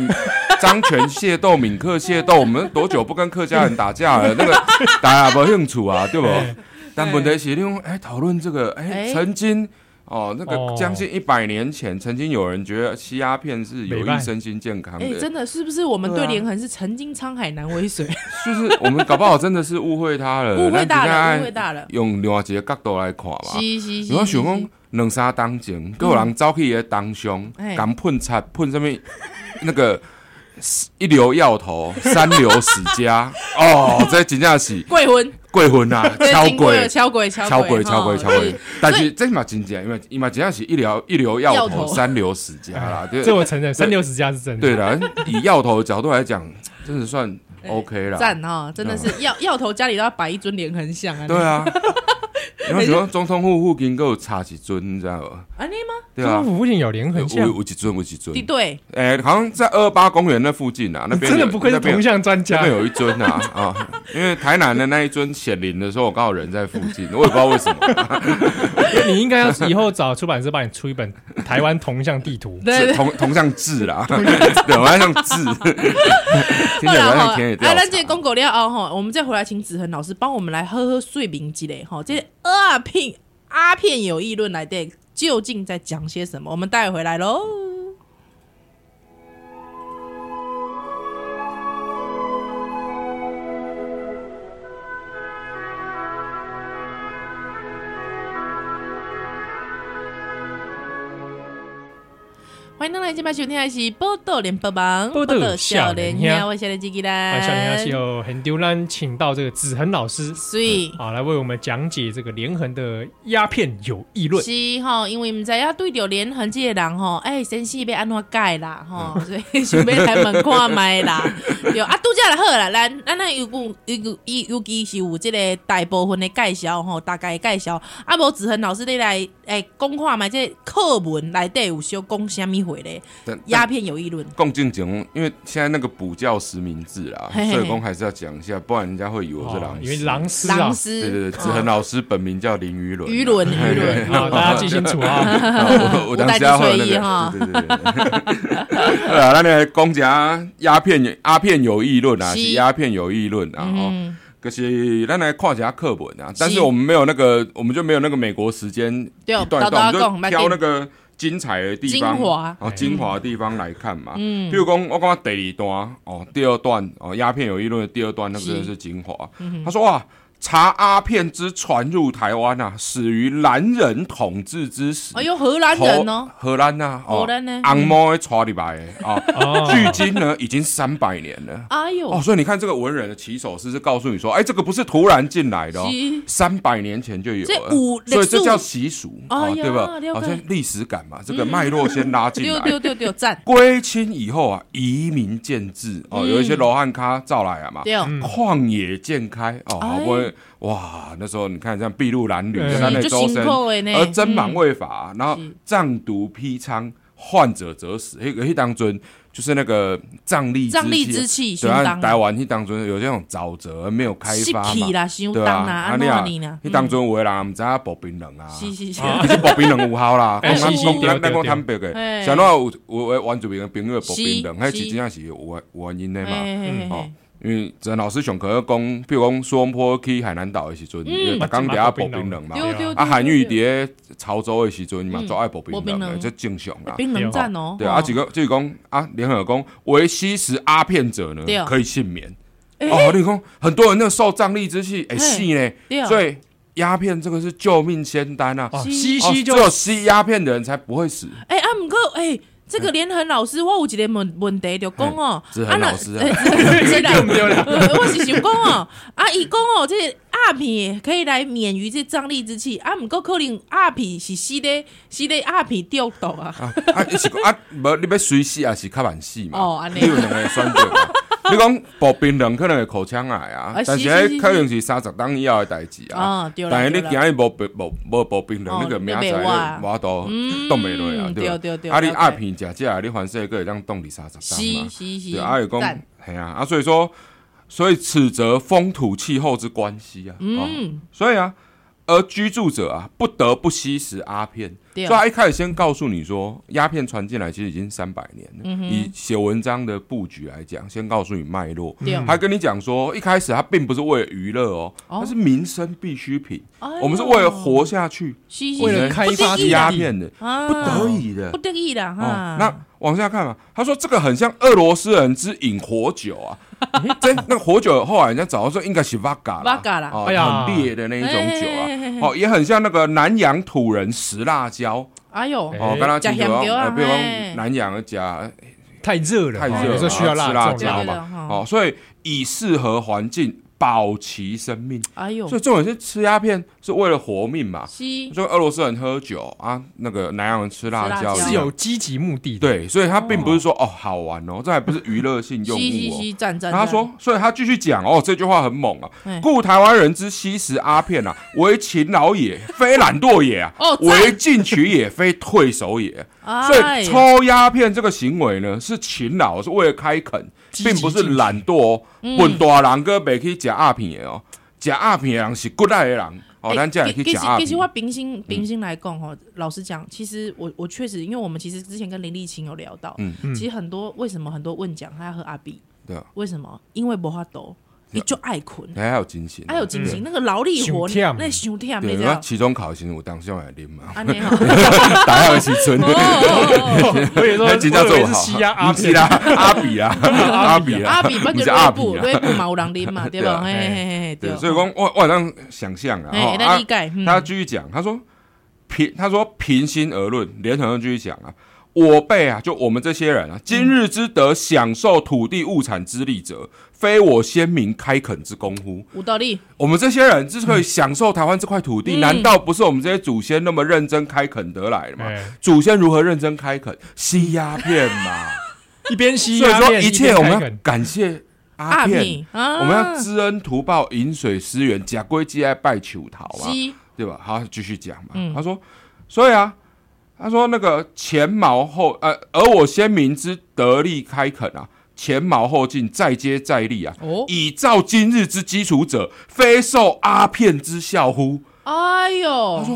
Speaker 3: 张权 械斗、闽客械斗，我们多久不跟客家人打架了？那个大家没兴趣啊，对不
Speaker 2: 对？
Speaker 3: 但问题是，利用哎讨论这个哎
Speaker 1: 哎
Speaker 3: 曾经。哦，那
Speaker 2: 哦
Speaker 3: 个将近一百年前，曾经有人觉得吸鸦片是有
Speaker 2: 没办
Speaker 3: 益身心健康的，
Speaker 1: 哎，
Speaker 3: 就
Speaker 1: 真的是不是我们
Speaker 3: 对
Speaker 1: 对
Speaker 3: 啊
Speaker 1: 连横是曾经沧海难为 水，
Speaker 3: 是我们搞不好真的是误会他了，
Speaker 1: 误会大
Speaker 3: 咱
Speaker 1: 了，误
Speaker 3: 真
Speaker 1: 会
Speaker 3: 的
Speaker 1: 大了。
Speaker 3: 用另外一个角度来看嘛。
Speaker 1: 是是是，
Speaker 3: 你要想
Speaker 1: 是嗯
Speaker 3: 讲，两三当前，佮有人走去伊的当上
Speaker 1: 嘿，
Speaker 3: 敢喷擦喷什物 那个一流药头， 三流史家，哦，这真正是
Speaker 1: 贵婚，
Speaker 3: 贵 婚啊，超
Speaker 1: 贵，
Speaker 3: 贵。
Speaker 1: 超贵，超
Speaker 3: 超贵，超贵，超
Speaker 1: 哎
Speaker 3: 贵！但
Speaker 1: 所
Speaker 3: 是这嘛真正，因为伊嘛真正是一流一流药
Speaker 1: 药
Speaker 3: 头，
Speaker 1: 头哎
Speaker 3: 三流史家啦。对
Speaker 2: 这我承认，三六十家是真的。
Speaker 3: 对啦，以药头的角度来讲，真的算 OK 啦。
Speaker 1: 哎赞哈，真的是药药头家里都要摆一尊连横像啊。
Speaker 3: 啊对 啊，你为什么总统府附近还有差一尊，你知道吗？
Speaker 1: 啊，你吗？
Speaker 3: 对啊
Speaker 2: 中，国附近有联
Speaker 3: 有
Speaker 2: 横像
Speaker 3: 有，有一尊，有一尊
Speaker 1: 对。对，。
Speaker 3: 哎，好像在二八公园那附近啊，那
Speaker 2: 嗯
Speaker 3: 边
Speaker 2: 真的
Speaker 3: 有
Speaker 2: 不愧是
Speaker 3: 那边
Speaker 2: 铜
Speaker 3: 有
Speaker 2: 像专
Speaker 3: 那
Speaker 2: 家。
Speaker 3: 边有一尊啊啊，因为台南的那一尊显灵的时候，我刚好人在附近，我也不知道为什么，
Speaker 2: 你应该要以后找出版社帮你出一本台湾铜像地图
Speaker 1: 对
Speaker 3: 是
Speaker 1: 对。
Speaker 3: 同同像志啦，对，我要像志，听起来好像田野调
Speaker 1: 哎，咱这
Speaker 3: 查。
Speaker 1: 公狗了哦吼，我们再回来请子恒老师帮我们来喝喝睡眠积累哈。这个阿片阿片有议论来的究竟在讲些什么？我们带回来喽。欢迎回来今晚收听的是《报道联播网》，
Speaker 2: 报道少年兄
Speaker 1: 我是小林吉吉啦，
Speaker 2: 啊，小林老师有很丢然请到这个子恒老师
Speaker 1: 所以。
Speaker 2: 啊，来为我们讲解这个联横的鸦片有议论。
Speaker 1: 是吼，因为毋知影对着连横这个人吼，哎、先生要安怎改啦吼，所
Speaker 3: 嗯
Speaker 1: 以想要来问看卖 啦。对啊，拄则就好啦，咱咱咱有有有尤尤其是有即个大部分的介绍吼，大概的介绍。啊，无子恒老师你来哎讲看卖，即个课文内底有小讲啥物话咧？
Speaker 3: 但
Speaker 1: 鸦片有议论，
Speaker 3: 共进讲，因为现在那个补教实名制啦，
Speaker 1: 嘿嘿
Speaker 3: 所以公还是要讲一下，不然人家会以为我是
Speaker 2: 哦
Speaker 3: 狼
Speaker 2: 因为
Speaker 3: 师。
Speaker 2: 狼师啊
Speaker 1: 狼，师
Speaker 3: 对对对，子恒
Speaker 1: 哦
Speaker 3: 老师本名叫林于伦。
Speaker 1: 舆论舆 论，
Speaker 2: 好，大家记清楚啊。
Speaker 3: 啊我我当时要会
Speaker 1: 我带
Speaker 3: 有那
Speaker 1: 你睡衣哈
Speaker 3: 个，对对对对， 对啊，那你讲一下鸦片鸦片有议论啊，
Speaker 1: 是
Speaker 3: 是鸦片有议论啊，哦，
Speaker 1: 嗯，
Speaker 3: 可是咱来看一下课本啊，但
Speaker 1: 是
Speaker 3: 是我们没有那个，我们就没有那个美国时间
Speaker 1: 对
Speaker 3: 一段
Speaker 1: 豆豆
Speaker 3: 一段，
Speaker 1: 哦讲
Speaker 3: 我们就挑那个精彩的地方，
Speaker 1: 精华
Speaker 3: 哦
Speaker 2: 嗯
Speaker 3: 精华的地方来看嘛。
Speaker 1: 嗯
Speaker 3: 譬如讲，我刚刚第二段哦，第二段哦，鸦片有议论的第二段，那个
Speaker 1: 是
Speaker 3: 真的是精华。他说哇，查鸦片之传入台湾啊，始于蓝人统治之时。啊
Speaker 1: 哎呦，荷兰
Speaker 3: 荷
Speaker 1: 人哦，
Speaker 3: 荷兰呐，
Speaker 1: 荷
Speaker 3: 哦
Speaker 1: 兰呢，嗯
Speaker 3: 红毛的传入来的啊，
Speaker 2: 哦，
Speaker 3: 距今呢已经三百年了。
Speaker 1: 哎呦，
Speaker 3: 哦，所以你看这个文人的起手式是告诉你说，哎，这个不是突然进来的、哦
Speaker 1: 是，
Speaker 3: 三百年前就有
Speaker 1: 这
Speaker 3: 了，
Speaker 1: 有历史
Speaker 3: 所以这叫习俗
Speaker 1: 哎
Speaker 3: 啊、
Speaker 1: 呀
Speaker 3: 对吧
Speaker 1: 了解？嗯
Speaker 3: 好像历史感嘛，这个脉络先拉进
Speaker 1: 丢
Speaker 3: 来。
Speaker 1: 丢丢丢赞，
Speaker 3: 归清以后啊，移民建制哦，
Speaker 1: 嗯
Speaker 3: 有一些罗汉咖造来啊嘛，
Speaker 1: 对。哦
Speaker 2: 嗯
Speaker 3: 旷野渐开哦，
Speaker 1: 哎
Speaker 3: 好不容易哇，那时候你看像筚路蓝缕，
Speaker 2: 是
Speaker 3: 山内
Speaker 1: 就
Speaker 3: 周
Speaker 1: 辛
Speaker 3: 身，
Speaker 1: 苦的呢
Speaker 3: 而针满未法，啊然后
Speaker 1: 嗯是
Speaker 3: 藏毒披苍，患者则死。那个那当尊就是那个瘴疠
Speaker 1: 瘴
Speaker 3: 气
Speaker 1: 疠之气，
Speaker 3: 对
Speaker 1: 相
Speaker 3: 啊，
Speaker 1: 当
Speaker 3: 台湾迄当中有这种沼泽没有开
Speaker 1: 湿
Speaker 3: 发
Speaker 1: 气
Speaker 3: 嘛，
Speaker 1: 啦，相
Speaker 3: 对
Speaker 1: 当
Speaker 3: 啊，
Speaker 1: 啦，安怎
Speaker 3: 啊
Speaker 1: 呢啦？
Speaker 3: 迄当中有的人毋知影薄冰冷啊，
Speaker 1: 是是是，
Speaker 2: 啊，
Speaker 3: 其实薄冰冷有 效啦
Speaker 2: 哎
Speaker 3: 讲
Speaker 1: 是是
Speaker 3: 讲
Speaker 2: 对
Speaker 3: 咱
Speaker 2: 对
Speaker 3: 咱讲坦白
Speaker 1: 嘿
Speaker 3: 诶，像那有有诶原住民的朋友的薄冰冷，
Speaker 1: 是
Speaker 3: 迄是真正是有原原因的嘛。
Speaker 1: 哎
Speaker 3: 哦，因为陈老师上课讲，譬如讲苏坡去海南岛的时
Speaker 1: 嗯
Speaker 3: 阵，因为逐工伫遐薄冰冷嘛，
Speaker 1: 丢丢
Speaker 3: 啊韩愈伫咧潮州的时阵嘛
Speaker 1: 嗯，
Speaker 3: 做爱薄冰
Speaker 1: 薄冰
Speaker 3: 冷
Speaker 1: 冷
Speaker 3: 的，这正常啦。
Speaker 1: 冰冷战哦，
Speaker 3: 对啊，啊几个就是讲啊，联合公为吸食阿片者呢
Speaker 1: 对，
Speaker 3: 可以幸免。
Speaker 1: 哎
Speaker 3: 哦，你看很多人那受瘴疠之气，哎，
Speaker 1: 嘿
Speaker 3: 细
Speaker 1: 对
Speaker 3: 呢，所以鸦片这个是救命仙丹啊。
Speaker 2: 哦，
Speaker 1: 是
Speaker 2: 西
Speaker 3: 哦
Speaker 2: 西就
Speaker 3: 只有吸鸦片的人才不会死，
Speaker 1: 哎，啊毋过哎，这
Speaker 3: 嗯
Speaker 1: 个连恒老师，我有一个问问题，就讲哦，
Speaker 3: 子恒老师啊
Speaker 1: 是啦，我是想讲哦，啊，伊讲哦，这鸦片可以来免于这瘴疠之气，啊，毋过可能鸦片是死咧死咧鸦片中毒啊，
Speaker 3: 啊啊是讲啊，无你要随死也是较慢死嘛。
Speaker 1: 哦安尼
Speaker 3: 你有两个选择嘛。你讲薄冰人可能会口腔癌啊
Speaker 1: 啊，
Speaker 3: 但
Speaker 1: 是
Speaker 3: 是
Speaker 1: 是是
Speaker 3: 迄可能是三十档以后的代志啊。
Speaker 1: 啊，对啦，
Speaker 3: 但是你
Speaker 1: 对
Speaker 3: 今
Speaker 1: 啦
Speaker 3: 日无薄无无薄冰人
Speaker 1: 哦，
Speaker 3: 你个明
Speaker 1: 你
Speaker 3: 仔
Speaker 1: 就袂
Speaker 3: 载
Speaker 1: 活啊
Speaker 3: 我都冻袂落啊，
Speaker 1: 嗯
Speaker 3: 对
Speaker 1: 对
Speaker 3: 吧
Speaker 1: 对对
Speaker 3: 啊，你
Speaker 1: 了解
Speaker 3: 鸦片食食，你反正个会当冻二三十担
Speaker 1: 是
Speaker 3: 嘛。
Speaker 1: 是是，
Speaker 3: 对，啊，有讲
Speaker 1: 赞，
Speaker 3: 系啊，啊，所以说，所以此则风土气候之关系啊。哦，
Speaker 1: 嗯，
Speaker 3: 所以啊，而居住者啊，不得不吸食鸦片。
Speaker 1: 对
Speaker 3: 所
Speaker 1: 啊
Speaker 3: 以他一开始先告诉你说，鸦片传进来其实已经三百年了。
Speaker 1: 嗯
Speaker 3: 以写文章的布局来讲，先告诉你脉络。
Speaker 1: 对，啊
Speaker 3: 还跟你讲说，一开始它并不是为了娱乐哦，
Speaker 1: 哦
Speaker 3: 它是民生必需品。
Speaker 1: 哎呦
Speaker 3: 我们是为了活下去，
Speaker 1: 是是
Speaker 2: 为了
Speaker 1: 是
Speaker 2: 开发
Speaker 1: 哎不得已啦
Speaker 3: 鸦片的，
Speaker 1: 啊，
Speaker 3: 不得已的
Speaker 1: 不。得已啦哈
Speaker 3: 哦，。那往下看嘛，他说这个很像俄罗斯人之饮火酒啊，这那个火酒后来人家找到说应该是 vodka 啦
Speaker 1: Vodka 啦哎
Speaker 3: 哦
Speaker 2: 哎呀
Speaker 3: 很烈的那一种酒
Speaker 1: 嘿嘿嘿嘿
Speaker 3: 啊，哦，也很像那个南洋土人食辣椒
Speaker 1: 哎呦，
Speaker 2: 哎
Speaker 3: 哦，刚刚
Speaker 1: 吃
Speaker 3: 听说
Speaker 1: 咸椒啊
Speaker 3: 呃比如
Speaker 1: 嘿
Speaker 3: 讲南洋的加
Speaker 2: 太热了，
Speaker 3: 太热
Speaker 2: 哦
Speaker 3: 了
Speaker 2: 有时候需要
Speaker 3: 啊吃
Speaker 2: 辣
Speaker 3: 辣
Speaker 2: 重
Speaker 1: 椒
Speaker 2: 辣
Speaker 3: 椒
Speaker 1: 对对对
Speaker 3: 嘛
Speaker 1: 哈。
Speaker 3: 哦，所以以适合环境保其生命。
Speaker 1: 哎呦
Speaker 3: 所，以重点是吃鸦片是为了活命嘛。
Speaker 1: 西
Speaker 3: 就俄罗斯人喝酒啊，那个南洋人吃辣
Speaker 1: 吃辣椒
Speaker 3: 椒
Speaker 2: 是
Speaker 3: 一样
Speaker 2: 有积极目的的。
Speaker 3: 对，所以他并不是说哦好玩哦，这还不是娱乐性用
Speaker 1: 西西
Speaker 3: 物哦。
Speaker 1: 西战战，
Speaker 3: 然后他说，所以他继续讲哦，这句话很猛啊
Speaker 1: 哎，
Speaker 3: 故台湾人之吸食阿片啊，为勤劳也，非懒惰也啊，
Speaker 1: 哦赞
Speaker 3: 为进取也，非退守也。
Speaker 1: 战，
Speaker 3: 所
Speaker 1: 哎
Speaker 3: 以抽鸦片这个行为呢，是勤劳，是为了开垦，
Speaker 2: 积极
Speaker 3: 并不是懒惰哦。
Speaker 1: 嗯
Speaker 3: 笨大人哥袂去食鸦片的哦，食鸦片的人是骨力的人哦，
Speaker 1: 欸
Speaker 3: 咱才会
Speaker 1: 其
Speaker 3: 去
Speaker 1: 其
Speaker 3: 食
Speaker 1: 实
Speaker 3: 鸦
Speaker 1: 其实我
Speaker 3: 片。
Speaker 1: 平心平心来讲哦，老实讲，其实我我确实，因为我们其实之前跟林立琴有聊到，
Speaker 3: 嗯
Speaker 1: 其实很多为什么很多问讲他要喝阿比，
Speaker 3: 对啊，
Speaker 1: 为什么？因为无法抖，你就爱困，
Speaker 3: 哎还有精神，哦
Speaker 1: 还有精神，那个劳力活，
Speaker 2: 太累
Speaker 1: 那胸忝
Speaker 3: 嗯对，
Speaker 1: 啊没这
Speaker 3: 那
Speaker 1: 样，
Speaker 3: 期中考的时候，我当时用来啉嘛，
Speaker 1: 安尼哈，哦
Speaker 3: 打下时阵，
Speaker 1: 哦哦
Speaker 2: 我以说，
Speaker 3: 那真正
Speaker 2: 我以
Speaker 3: 做
Speaker 2: 为
Speaker 3: 好，
Speaker 2: 是西亚阿
Speaker 3: 不是
Speaker 2: 片
Speaker 3: 啦，阿 比啊啦，阿比
Speaker 1: 哦
Speaker 3: 啦，
Speaker 1: 阿比不
Speaker 3: 不
Speaker 1: 就是锐
Speaker 3: 阿比
Speaker 1: 步，
Speaker 3: 啦。
Speaker 1: 锐步嘛有人啉嘛，对
Speaker 3: 对
Speaker 1: 吧？
Speaker 3: 啊
Speaker 1: 嘿嘿嘿嘿，
Speaker 3: 对，
Speaker 1: 对，
Speaker 3: 所以讲我我能想象啊，
Speaker 1: 哎
Speaker 3: 哦，
Speaker 1: 那
Speaker 3: 啊
Speaker 1: 理解，嗯
Speaker 3: 他继续讲，他说平他说平心而论，连同继续讲啊，我辈啊，就我们这些人
Speaker 1: 嗯
Speaker 3: 啊，今日之得享受土地物产之利者，非我先民开垦之功乎？
Speaker 1: 有道理，
Speaker 3: 我们这些人之所以享受台湾这块土地，
Speaker 1: 嗯
Speaker 3: 难道不是我们这些祖先那么认真开垦得来的吗？
Speaker 2: 哎
Speaker 3: 祖先如何认真开垦？吸鸦片嘛，
Speaker 2: 一边吸
Speaker 3: 所以
Speaker 2: 鸦
Speaker 3: 说
Speaker 2: 片，
Speaker 3: 一切
Speaker 2: 边
Speaker 3: 我
Speaker 2: 开
Speaker 3: 们要
Speaker 2: 垦
Speaker 3: 感谢阿
Speaker 1: 阿
Speaker 3: 片。
Speaker 1: 比啊，
Speaker 3: 我们要知恩图报、饮水思源、假归鸡爱拜求桃嘛，
Speaker 1: 西
Speaker 3: 对吧？好，继续讲嘛。
Speaker 1: 嗯
Speaker 3: 他说，所以啊，他说那个前茅后呃，而我先民之得力开垦啊，前茅后进，再接再厉啊。
Speaker 1: 哦，
Speaker 3: 以照今日之基础者，非受阿片之效乎？
Speaker 1: 哎呦，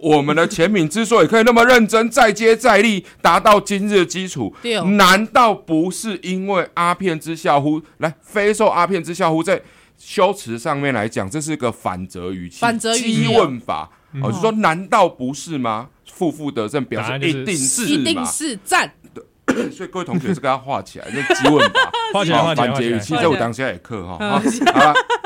Speaker 3: 我们的前民之所以可以那么认真，再接再厉，达到今日的基础，
Speaker 1: 对哦
Speaker 3: 难道不是因为阿片之效乎？来，非受阿片之效乎，在修辞上面来讲，这是个反责语气，
Speaker 1: 反责语气
Speaker 3: 激
Speaker 1: 哦
Speaker 3: 问法，哦，就说难道不是吗？负负得正，
Speaker 2: 嗯
Speaker 3: 表
Speaker 2: 答
Speaker 3: 示
Speaker 2: 案就是
Speaker 3: 一
Speaker 2: 是
Speaker 3: 定是
Speaker 1: 一定
Speaker 3: 嘛。
Speaker 1: 是赞，
Speaker 3: 所以各位同学是跟他画起来，这 激问法。
Speaker 2: 花钱
Speaker 3: 好
Speaker 2: 花钱
Speaker 3: 反
Speaker 2: 花
Speaker 3: 结语
Speaker 2: 钱，
Speaker 3: 气，这我当下也克哈。
Speaker 1: 嗯
Speaker 3: 啊好了，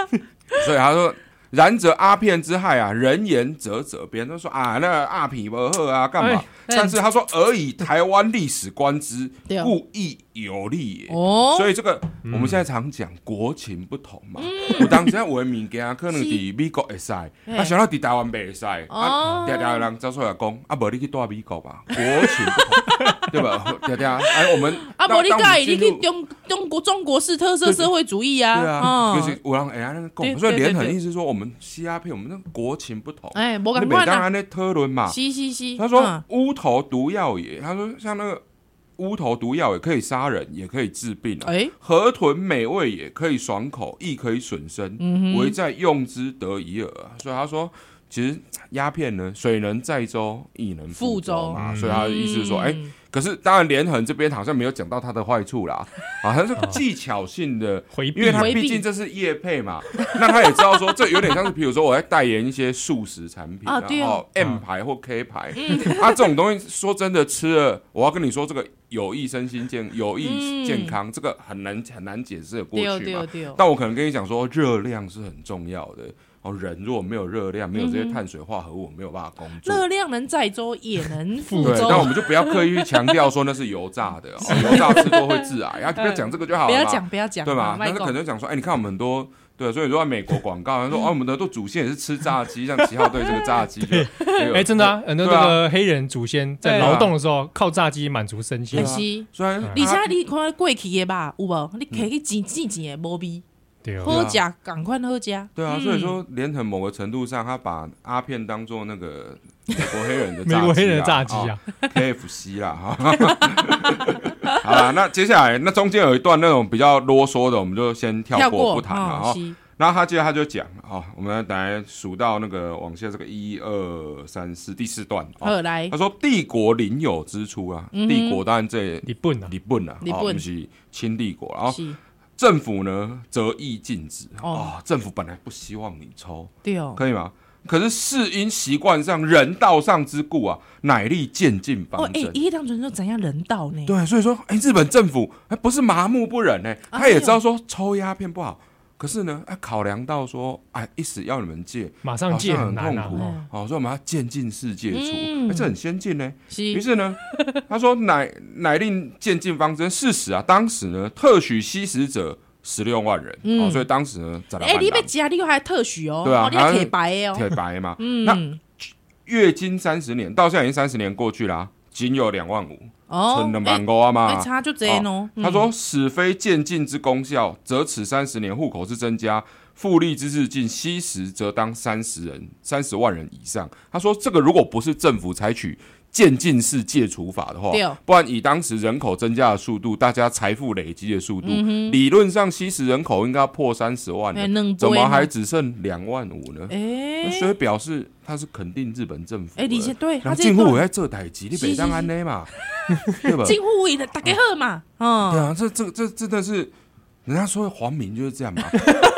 Speaker 3: 所以他说。然则阿片之害啊，人言啧啧，别人都说啊，那阿皮不喝啊，干嘛
Speaker 2: 哎？
Speaker 3: 但是他说，而以台湾历史观之
Speaker 1: 对啊，
Speaker 3: 故亦有利也。
Speaker 1: 哦，
Speaker 3: 所以这个我们现在常讲国情不同嘛，
Speaker 1: 嗯
Speaker 3: 有当时我的物件可能伫美国会使，啊，想到伫台湾袂会使，
Speaker 1: 哦
Speaker 3: 啊，常常有人走出来讲，啊，无你去住美国吧，国情不同， 对吧？常常哎，我们
Speaker 1: 啊，
Speaker 3: 当
Speaker 1: 无你
Speaker 3: 当我
Speaker 1: 介
Speaker 3: 们
Speaker 1: 意，你
Speaker 3: 进入
Speaker 1: 去中中国中国式特色社会主义啊，
Speaker 3: 对啊，就是
Speaker 1: 嗯，
Speaker 3: 我让哎呀那个
Speaker 1: 对
Speaker 3: 共，所以
Speaker 1: 对对
Speaker 3: 连横
Speaker 1: 对
Speaker 3: 意思说我们吸鸦片，我们那个国情不同，
Speaker 1: 哎，无共
Speaker 3: 你每
Speaker 1: 款
Speaker 3: 当
Speaker 1: 啊，
Speaker 3: 然那特伦嘛，
Speaker 1: 是是是，
Speaker 3: 他说
Speaker 1: 嗯
Speaker 3: 乌头毒药也，他说像那个乌头毒药也可以杀人，也可以治病啊，
Speaker 1: 哎，
Speaker 3: 河豚美味也可以爽口，亦可以损身，
Speaker 2: 嗯
Speaker 3: 唯在用之得已耳啊。所以他说，其实鸦片呢，水能载舟，亦能覆舟嘛。
Speaker 2: 覆舟
Speaker 3: 所以他的意思是说，
Speaker 1: 嗯
Speaker 3: 哎、可是当然连横这边好像没有讲到它的坏处啦，好像是技巧性的。
Speaker 2: 回避
Speaker 3: 因为他
Speaker 1: 回避
Speaker 3: 毕竟这是业配嘛，那他也知道说这有点像是，比如说我在代言一些素食产品，
Speaker 1: 啊嗯对哦
Speaker 3: 然后 M 牌或 K 牌，啊这种东西说真的吃了，我要跟你说这个有益身心健有益健康，这个很难很难解释的过
Speaker 1: 嗯对哦
Speaker 3: 去
Speaker 1: 对
Speaker 3: 嘛
Speaker 1: 哦。对哦，
Speaker 3: 但我可能跟你讲说，热量是很重要的哦，人如果没有热量，没有这些碳水化合物，我没有办法工
Speaker 1: 嗯
Speaker 3: 作。
Speaker 1: 热量能载舟也能覆
Speaker 3: 对，但我
Speaker 1: 舟，
Speaker 3: 们就不要刻意去强调说那是油炸的，哦、 油炸吃多会致癌，啊，不要讲这个就好
Speaker 1: 不
Speaker 3: 了
Speaker 1: 要
Speaker 3: 嘛。
Speaker 1: 讲不要讲，
Speaker 3: 对吧
Speaker 1: 啊？
Speaker 3: 但是可能讲说，哎，你看我们很多对，所以说在美国广告，他说哦，我们的都祖先也是吃炸鸡，像七号队这个炸鸡就，哎
Speaker 2: 哎，真的，啊，很多这
Speaker 3: 对啊
Speaker 2: 个黑人祖先在
Speaker 3: 对啊
Speaker 2: 劳动的时候靠炸鸡满足身心
Speaker 1: 很
Speaker 3: 对，啊
Speaker 1: 是。
Speaker 3: 虽然
Speaker 2: 嗯
Speaker 1: 而且你看过去的吧，有无？你摕去钱钱钱的无味，
Speaker 2: 对
Speaker 3: 啊
Speaker 2: 哦，
Speaker 1: 好食赶快好食。
Speaker 3: 对啊，所以
Speaker 1: 嗯
Speaker 3: 说连成某个程度上，他把阿片当做那个美国黑人的
Speaker 2: 美
Speaker 3: 炸鸡啊
Speaker 2: 国黑人的炸鸡啊，
Speaker 3: 哦，KFC 啦哈。好啦，那接下来那中间有一段那种比较啰嗦的，我们就先跳过不谈了
Speaker 1: 哦
Speaker 3: 哈。
Speaker 1: 是
Speaker 3: 然后他接着他就讲哦，我们等下数到那个往下这个一二三四第四段哦。
Speaker 1: 好来
Speaker 3: 他，说帝国领有之初啊，帝国当然这
Speaker 2: 你笨啊，
Speaker 3: 日本啊，
Speaker 1: 嗯日本
Speaker 3: 哦不是清帝国啊，然后
Speaker 1: 是
Speaker 3: 政府呢择意禁止啊、
Speaker 1: 哦
Speaker 3: 政府本来不希望你抽，
Speaker 1: 对哦，
Speaker 3: 可以吗？可是是因习惯上、人道上之故啊，乃力渐进
Speaker 1: 哦
Speaker 3: 方
Speaker 1: 哎
Speaker 3: 针。，
Speaker 1: 伊当阵说怎样人道呢？
Speaker 3: 啊对，所以说，哎、日本政府哎、不是麻木不仁哎、
Speaker 1: 啊
Speaker 3: 他也知道说抽鸦片不好，可是呢，啊，考量到说，哎，一时要你们戒，
Speaker 2: 马
Speaker 3: 好
Speaker 2: 上戒
Speaker 3: 像很
Speaker 2: 难
Speaker 3: 痛
Speaker 2: 啊
Speaker 3: 苦，，
Speaker 1: 嗯
Speaker 3: 哦，所以我们要渐进式戒除，
Speaker 1: 嗯
Speaker 3: 哎，这很先进呢。于
Speaker 1: 是，
Speaker 3: 是呢，他说乃乃令渐进方针。事实啊，当时呢，特许吸食者十六万人、
Speaker 1: 嗯
Speaker 3: 哦，所以当时呢，咱
Speaker 1: 哎，你被夹，你还特许哦，
Speaker 3: 对啊
Speaker 1: 哦你还
Speaker 3: 还
Speaker 1: 铁白的哦，
Speaker 3: 铁白嘛。那
Speaker 1: 嗯，
Speaker 3: 月经三十年，到现在已经三十年过去啦、仅有两万五，
Speaker 1: 哦
Speaker 3: 存了，
Speaker 1: 哎
Speaker 3: 蛮高啊哦嘛
Speaker 1: 哎，。差就这喏。嗯
Speaker 3: 他，说：“使非渐进之功效，则此三十年户口之增加，复利之日进吸食，则当三十人三十万人以上。”他说：“这个如果不是政府采取渐进式戒除法的话
Speaker 1: 对哦，
Speaker 3: 不然以当时人口增加的速度，大家财富累积的速度，理论上吸食人口应该要破三十万
Speaker 1: 嗯哎，
Speaker 3: 了，
Speaker 1: 两倍
Speaker 3: 怎么还
Speaker 1: 呢？
Speaker 3: 只剩两万五呢？”
Speaker 1: 哎
Speaker 3: 那所以表示他是肯定日本政府的。
Speaker 1: 哎，而且对
Speaker 3: 然
Speaker 1: 他
Speaker 3: 后
Speaker 1: 这
Speaker 3: 近
Speaker 1: 一
Speaker 3: 乎我
Speaker 1: 段
Speaker 3: 在这台机，你
Speaker 1: 是
Speaker 3: 北上
Speaker 1: 是
Speaker 3: 安内 嘛，对吧？
Speaker 1: 近乎为的大家好嘛，
Speaker 3: 对
Speaker 1: 嗯，
Speaker 3: 啊，这这这真的是，人家说黄明就是这样嘛。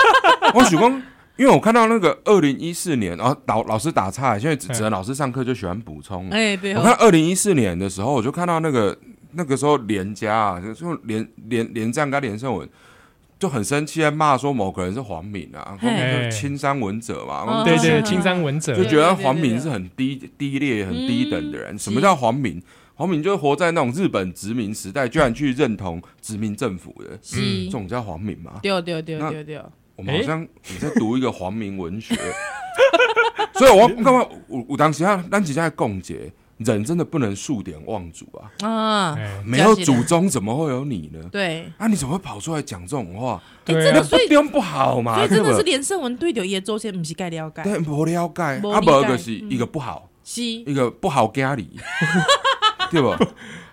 Speaker 3: 我许光，因为我看到那个二零一四年，然后老老师打岔，现在子
Speaker 2: 嗯
Speaker 3: 哲老师上课就喜欢补充。
Speaker 1: 哎，对
Speaker 3: 我
Speaker 1: 哦，
Speaker 3: 看二零一四年的时候，我就看到那个那个时候连家啊，就连连连战跟连胜文。就很生气，在骂说某个人是黄敏啊，
Speaker 1: 嘿
Speaker 3: 黄敏就是青山文者嘛，
Speaker 1: 嗯
Speaker 2: 对啊
Speaker 1: 哦
Speaker 2: 对，青山文
Speaker 3: 就
Speaker 2: 者，
Speaker 3: 觉得黄敏是很低低劣、很低等的
Speaker 1: 嗯
Speaker 3: 人。什么叫黄敏？黄敏就是活在那种日本殖民时代，居然去认同殖民政府的，
Speaker 1: 是，
Speaker 3: 这种叫黄敏吗？
Speaker 1: 对哦对对
Speaker 3: 嗯那
Speaker 1: 对对，
Speaker 3: 我们好像你在读一个黄明文学， 所以我干嘛？我我当时啊，咱几家共结，人真的不能数典忘祖啊！
Speaker 1: 啊，
Speaker 2: 哎，
Speaker 3: 没有祖宗，怎么会有你呢？
Speaker 1: 对，
Speaker 3: 啊，你怎么会跑出来讲这种话？
Speaker 2: 对
Speaker 1: 真的
Speaker 2: 啊，
Speaker 1: 所以
Speaker 3: 不用不好嘛，
Speaker 1: 所以真的是
Speaker 3: 对
Speaker 1: 连胜文对着叶周先不是该了
Speaker 3: 不对
Speaker 1: 解，
Speaker 3: 对不了解，
Speaker 1: 没
Speaker 3: 啊，
Speaker 1: 理解嗯
Speaker 3: 无就是一个不好，
Speaker 1: 是，
Speaker 3: 一个不好 家里，对吧？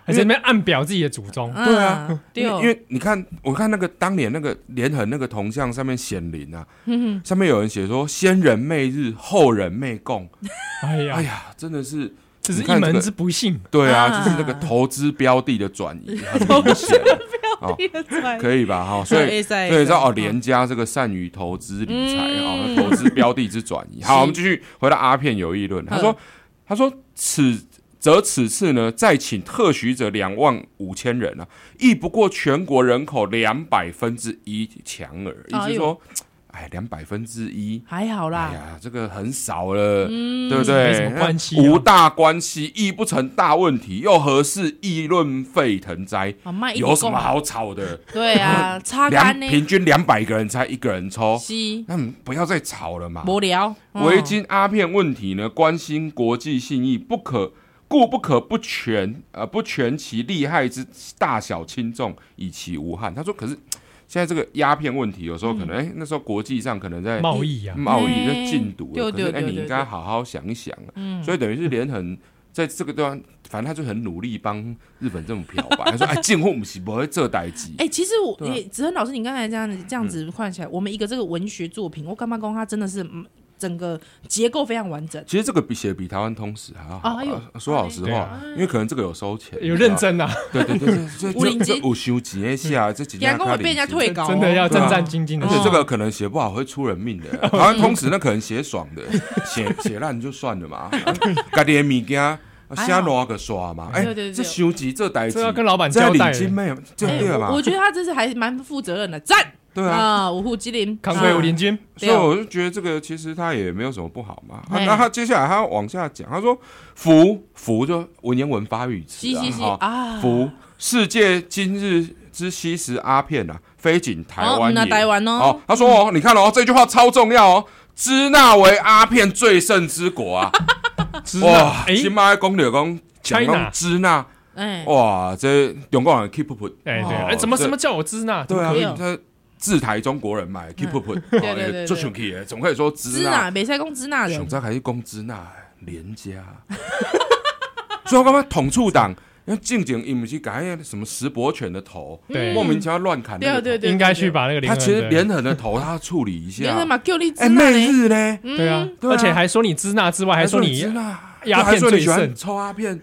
Speaker 2: 还在那边暗表自己的祖宗，
Speaker 1: 嗯
Speaker 3: 对啊，
Speaker 1: 对
Speaker 3: 因为
Speaker 1: 哦
Speaker 3: 因，为你看，我看那个当年那个连横那个铜像上面显灵啊，
Speaker 1: 嗯
Speaker 3: 上面有人写说“先人媚日，后人媚共”，
Speaker 2: 哎
Speaker 3: 哎
Speaker 2: 呀，
Speaker 3: 呀，真的是
Speaker 2: 这是
Speaker 3: 你
Speaker 2: 一
Speaker 3: 看这
Speaker 2: 门
Speaker 3: 个
Speaker 2: 之不幸，
Speaker 3: 对
Speaker 1: 啊
Speaker 3: 啊，就是那个投资标的的转 移，很明显可以吧？哈，所以
Speaker 1: 以，所
Speaker 3: 所以知道哦，连家这个善于投资理财啊，
Speaker 1: 嗯
Speaker 3: 哦投资标的之转移。
Speaker 1: 是嗯
Speaker 3: 好，我们继续回到阿片有议论，他说，他说此则此次呢，再请特许者两万五千人啊，亦不过全国人口两百分之一强耳，
Speaker 1: 哎呦
Speaker 3: 意思说，哎，两百分之一。
Speaker 1: 还好
Speaker 3: 哎
Speaker 1: 啦，嗯
Speaker 3: 呀，这个很少了，对不对？
Speaker 2: 没什么关系啊
Speaker 3: 无大关系，议不成大问题，又何事议论沸腾哉？
Speaker 1: 啊，卖一
Speaker 3: 有什么？好吵的？
Speaker 1: 对啊，擦
Speaker 3: 两
Speaker 1: 干呢，
Speaker 3: 平均两百个人才一个人抽，
Speaker 1: 是
Speaker 3: 那你不要再吵了嘛。
Speaker 1: 无聊，嗯
Speaker 3: 啊围巾阿片问题呢，关心国际信义，不可故不可不全呃不全其利害之大小轻重，以其无憾。他说，可是现在这个鸦片问题，有时候
Speaker 1: 嗯
Speaker 3: 可能哎、那时候国际上可能在
Speaker 2: 贸易啊，
Speaker 3: 贸易
Speaker 1: 哎
Speaker 3: 就禁毒
Speaker 1: 对
Speaker 3: 了，可
Speaker 1: 对
Speaker 3: 是哎，
Speaker 1: 对嗯
Speaker 3: 你
Speaker 1: 对
Speaker 3: 应该
Speaker 1: 对
Speaker 3: 好好想一想啊。所以等于是连横在这个地方，反正他就很努力帮日本政府漂 白，他说：“哎，进货我们是不会这代机。
Speaker 1: 哎、其实我
Speaker 3: 对啊嗯
Speaker 1: 诶，子恒老师，你刚才这样子这样子看起来，我们一个这个文学作品，我干嘛讲它真的是嗯整个结构非常完整。
Speaker 3: 其实这个比写比台湾通史还要好
Speaker 1: 啊哎呦
Speaker 3: 啊。说老实
Speaker 2: 对
Speaker 3: 话
Speaker 2: 啊，
Speaker 3: 因为可能这个有收钱，
Speaker 2: 有认真啊，
Speaker 3: 你知道吗。对对对对，这
Speaker 1: 有认
Speaker 3: 这
Speaker 1: 真
Speaker 3: 这有收钱一下，这几
Speaker 1: 人
Speaker 3: 天
Speaker 1: 家跟我被人家退稿、哦，
Speaker 2: 真的要战战兢兢的
Speaker 3: 而
Speaker 1: 对
Speaker 2: 写
Speaker 1: 啊
Speaker 3: 且这个可能写不好会出人命的，台湾通史那可能写爽的，写写烂就算了嘛，啊家己的物件
Speaker 1: 还
Speaker 3: 瞎
Speaker 1: 好
Speaker 3: 乱个刷嘛，哎
Speaker 1: 对对对，
Speaker 3: 这收集这代
Speaker 2: 这
Speaker 3: 志，
Speaker 2: 要跟老板
Speaker 3: 这
Speaker 2: 交代
Speaker 3: 领，金妹这
Speaker 1: 哎
Speaker 3: 对了
Speaker 1: 我
Speaker 3: 嘛
Speaker 1: 我，觉得他这次还蛮负责任的，赞
Speaker 3: 对啊，
Speaker 1: 啊！五虎吉林，
Speaker 2: 康
Speaker 3: 嗯
Speaker 2: 辉
Speaker 1: 啊
Speaker 2: 吴林军，
Speaker 3: 所以我就觉得这个其实他也没有什么不好嘛。啊
Speaker 1: 哎
Speaker 3: 那他接下来他往下讲，他说“福福”就文言文发语词
Speaker 1: 嘻嘻嘻
Speaker 3: 啊，
Speaker 1: 啊，
Speaker 3: 哈福世界今日之吸食阿片啊，非仅台
Speaker 1: 哦，
Speaker 3: 湾
Speaker 1: 那台
Speaker 3: 也。
Speaker 1: 湾哦
Speaker 3: 哦，，他说哦，你看哦，这句话超重要哦，支那为阿片最盛之 国啊！
Speaker 2: 支
Speaker 3: 哇
Speaker 2: 那，，哎
Speaker 3: 新马公柳公讲
Speaker 2: China
Speaker 3: 讲支那，
Speaker 1: 哎，
Speaker 3: 哇，这中国人 keep up，
Speaker 2: 哎对，
Speaker 1: 哦
Speaker 2: 哎怎么
Speaker 3: 这
Speaker 2: 什么叫我支那？
Speaker 3: 对
Speaker 1: 对哦
Speaker 3: 啊，他自台中国人买 keep up，哦
Speaker 1: 对对对
Speaker 3: 做上去的，总可以说支
Speaker 1: 支
Speaker 3: 那。
Speaker 1: 那北塞公支那
Speaker 3: 熊
Speaker 1: 人，
Speaker 3: 仔啊还是工资那廉价， 所以我感觉统促党，因为静静伊不是改那个什么石伯犬的头，
Speaker 2: 对
Speaker 3: 莫名其妙乱砍
Speaker 1: 对
Speaker 3: 那个头，
Speaker 1: 对啊对，
Speaker 2: 应该去把那个林
Speaker 3: 他
Speaker 2: 恩
Speaker 3: 其实
Speaker 2: 的
Speaker 3: 连横的头他要处理一
Speaker 1: 对，连
Speaker 3: 下
Speaker 1: 什，么旧力
Speaker 3: 哎，
Speaker 1: 支那
Speaker 3: 媚
Speaker 1: 呢？
Speaker 3: 日呢，
Speaker 2: 对啊，
Speaker 3: 对啊
Speaker 2: 而且还说你支那之外，还说
Speaker 3: 支
Speaker 2: 你
Speaker 3: 那
Speaker 2: 鸦
Speaker 3: 还
Speaker 2: 片
Speaker 3: 说你
Speaker 2: 最
Speaker 3: 喜欢
Speaker 2: 盛，
Speaker 3: 抽鸦片，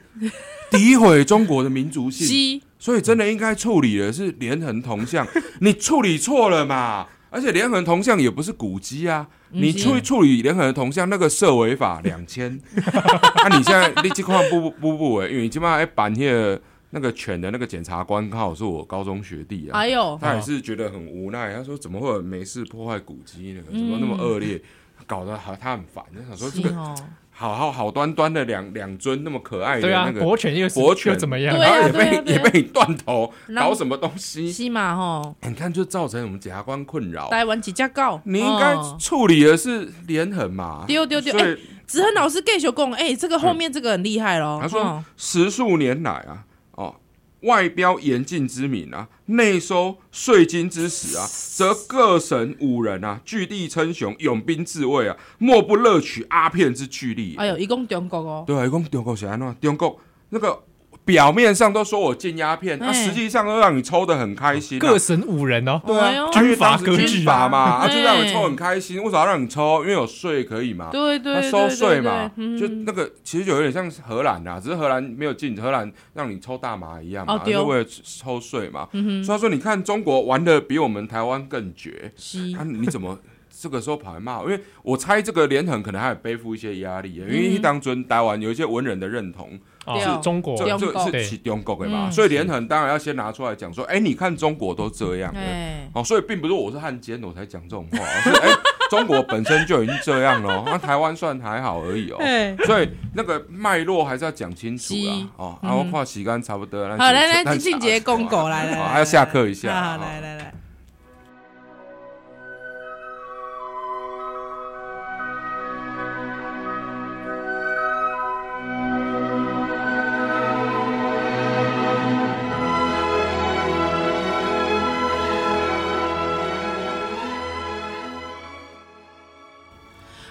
Speaker 3: 诋毁中国的民族性，
Speaker 1: 西
Speaker 3: 所以真的应该处理的是连横铜像，你处理错了嘛。而且连横铜像也不是古迹啊，你
Speaker 1: 是
Speaker 3: 处处理联合的铜像，那个涉违法两千。啊，你现在你这块不不不不为，因为你起码要办那个那个犬的那个检察官刚好是我高中学弟啊，
Speaker 1: 哎呦，
Speaker 3: 他也是觉得很无奈，他说怎么会有没事破坏古迹呢？怎么那么恶劣，搞得好他很烦。他想说这
Speaker 1: 是
Speaker 3: 个
Speaker 1: 哦，
Speaker 3: 好好好端端的两两尊那么可爱的
Speaker 2: 对啊
Speaker 3: 那，个
Speaker 2: 国犬又是
Speaker 3: 国犬
Speaker 2: 又怎么样？
Speaker 1: 对
Speaker 3: 然
Speaker 1: 啊
Speaker 3: 后也被
Speaker 1: 对啊
Speaker 3: 也被你断头，
Speaker 1: 让
Speaker 3: 搞什么东西？
Speaker 1: 是嘛吼，
Speaker 3: 你看，就造成我们检察官困扰。
Speaker 1: 台湾几只狗，
Speaker 3: 哦你应该
Speaker 1: 哦
Speaker 3: 处理的是连横嘛？
Speaker 1: 对对对
Speaker 3: 所以
Speaker 1: 子恒老师继续讲，哎，这个后面这个很厉害咯。
Speaker 3: 嗯他说
Speaker 1: 哦
Speaker 3: 十数年来啊，哦，外标严禁之名啊，内收税金之实啊，则各省五人啊，据地称雄，勇兵自卫啊，莫不乐取阿片之巨力、啊
Speaker 1: 哎呦，一共中国哦，
Speaker 3: 对啊，讲中国是安怎样？中国那个表面上都说我禁鸦片，那、
Speaker 1: 哎
Speaker 3: 实际上都让你抽的很开心、啊。
Speaker 2: 各省五人哦，
Speaker 3: 对
Speaker 1: 哎呦
Speaker 3: 啊，军阀
Speaker 2: 军阀割据啊
Speaker 3: 军阀嘛，啊，就让你
Speaker 1: 对
Speaker 3: 抽很开心。为啥要让你抽？因为有税可以嘛。
Speaker 1: 对对
Speaker 3: 啊他
Speaker 1: 对，
Speaker 3: 收税
Speaker 1: 对
Speaker 3: 嘛，
Speaker 1: 对
Speaker 3: 就
Speaker 1: 嗯
Speaker 3: 那个其实就有点像是荷兰啊，只是荷兰没有禁，荷兰让你抽大麻一样嘛，
Speaker 1: 哦嗯对哦
Speaker 3: 就为了抽税嘛。所以他说，你看中国玩的比我们台湾更绝，
Speaker 1: 是
Speaker 3: 啊，你怎么这个时候跑来骂我？因为我猜这个连横可能还有背负一些压力，因
Speaker 1: 嗯
Speaker 3: 为当尊台湾有一些文人的认同，
Speaker 1: 对啊
Speaker 2: 哦，中国
Speaker 3: 这
Speaker 1: 中
Speaker 3: 这
Speaker 1: 国
Speaker 3: 是其中国的嘛，
Speaker 1: 嗯
Speaker 3: 所以连横当然要先拿出来讲说，哎，你看中国都这样了。
Speaker 1: 哎，
Speaker 3: 哦，所以并不是我是汉奸我才讲这种话，而是哎、中国本身就已经这样了哦，那台湾算还好而已哦。
Speaker 1: 哎，
Speaker 3: 所以那个脉络还是要讲清楚
Speaker 1: 是嗯
Speaker 3: 啦，哦，然后跨洗干差不多了。
Speaker 1: 好，来来，
Speaker 3: 那
Speaker 1: 静姐公狗来来，
Speaker 3: 好
Speaker 1: 来
Speaker 3: 还要下课一下
Speaker 1: 啊
Speaker 3: 好
Speaker 1: 来来来，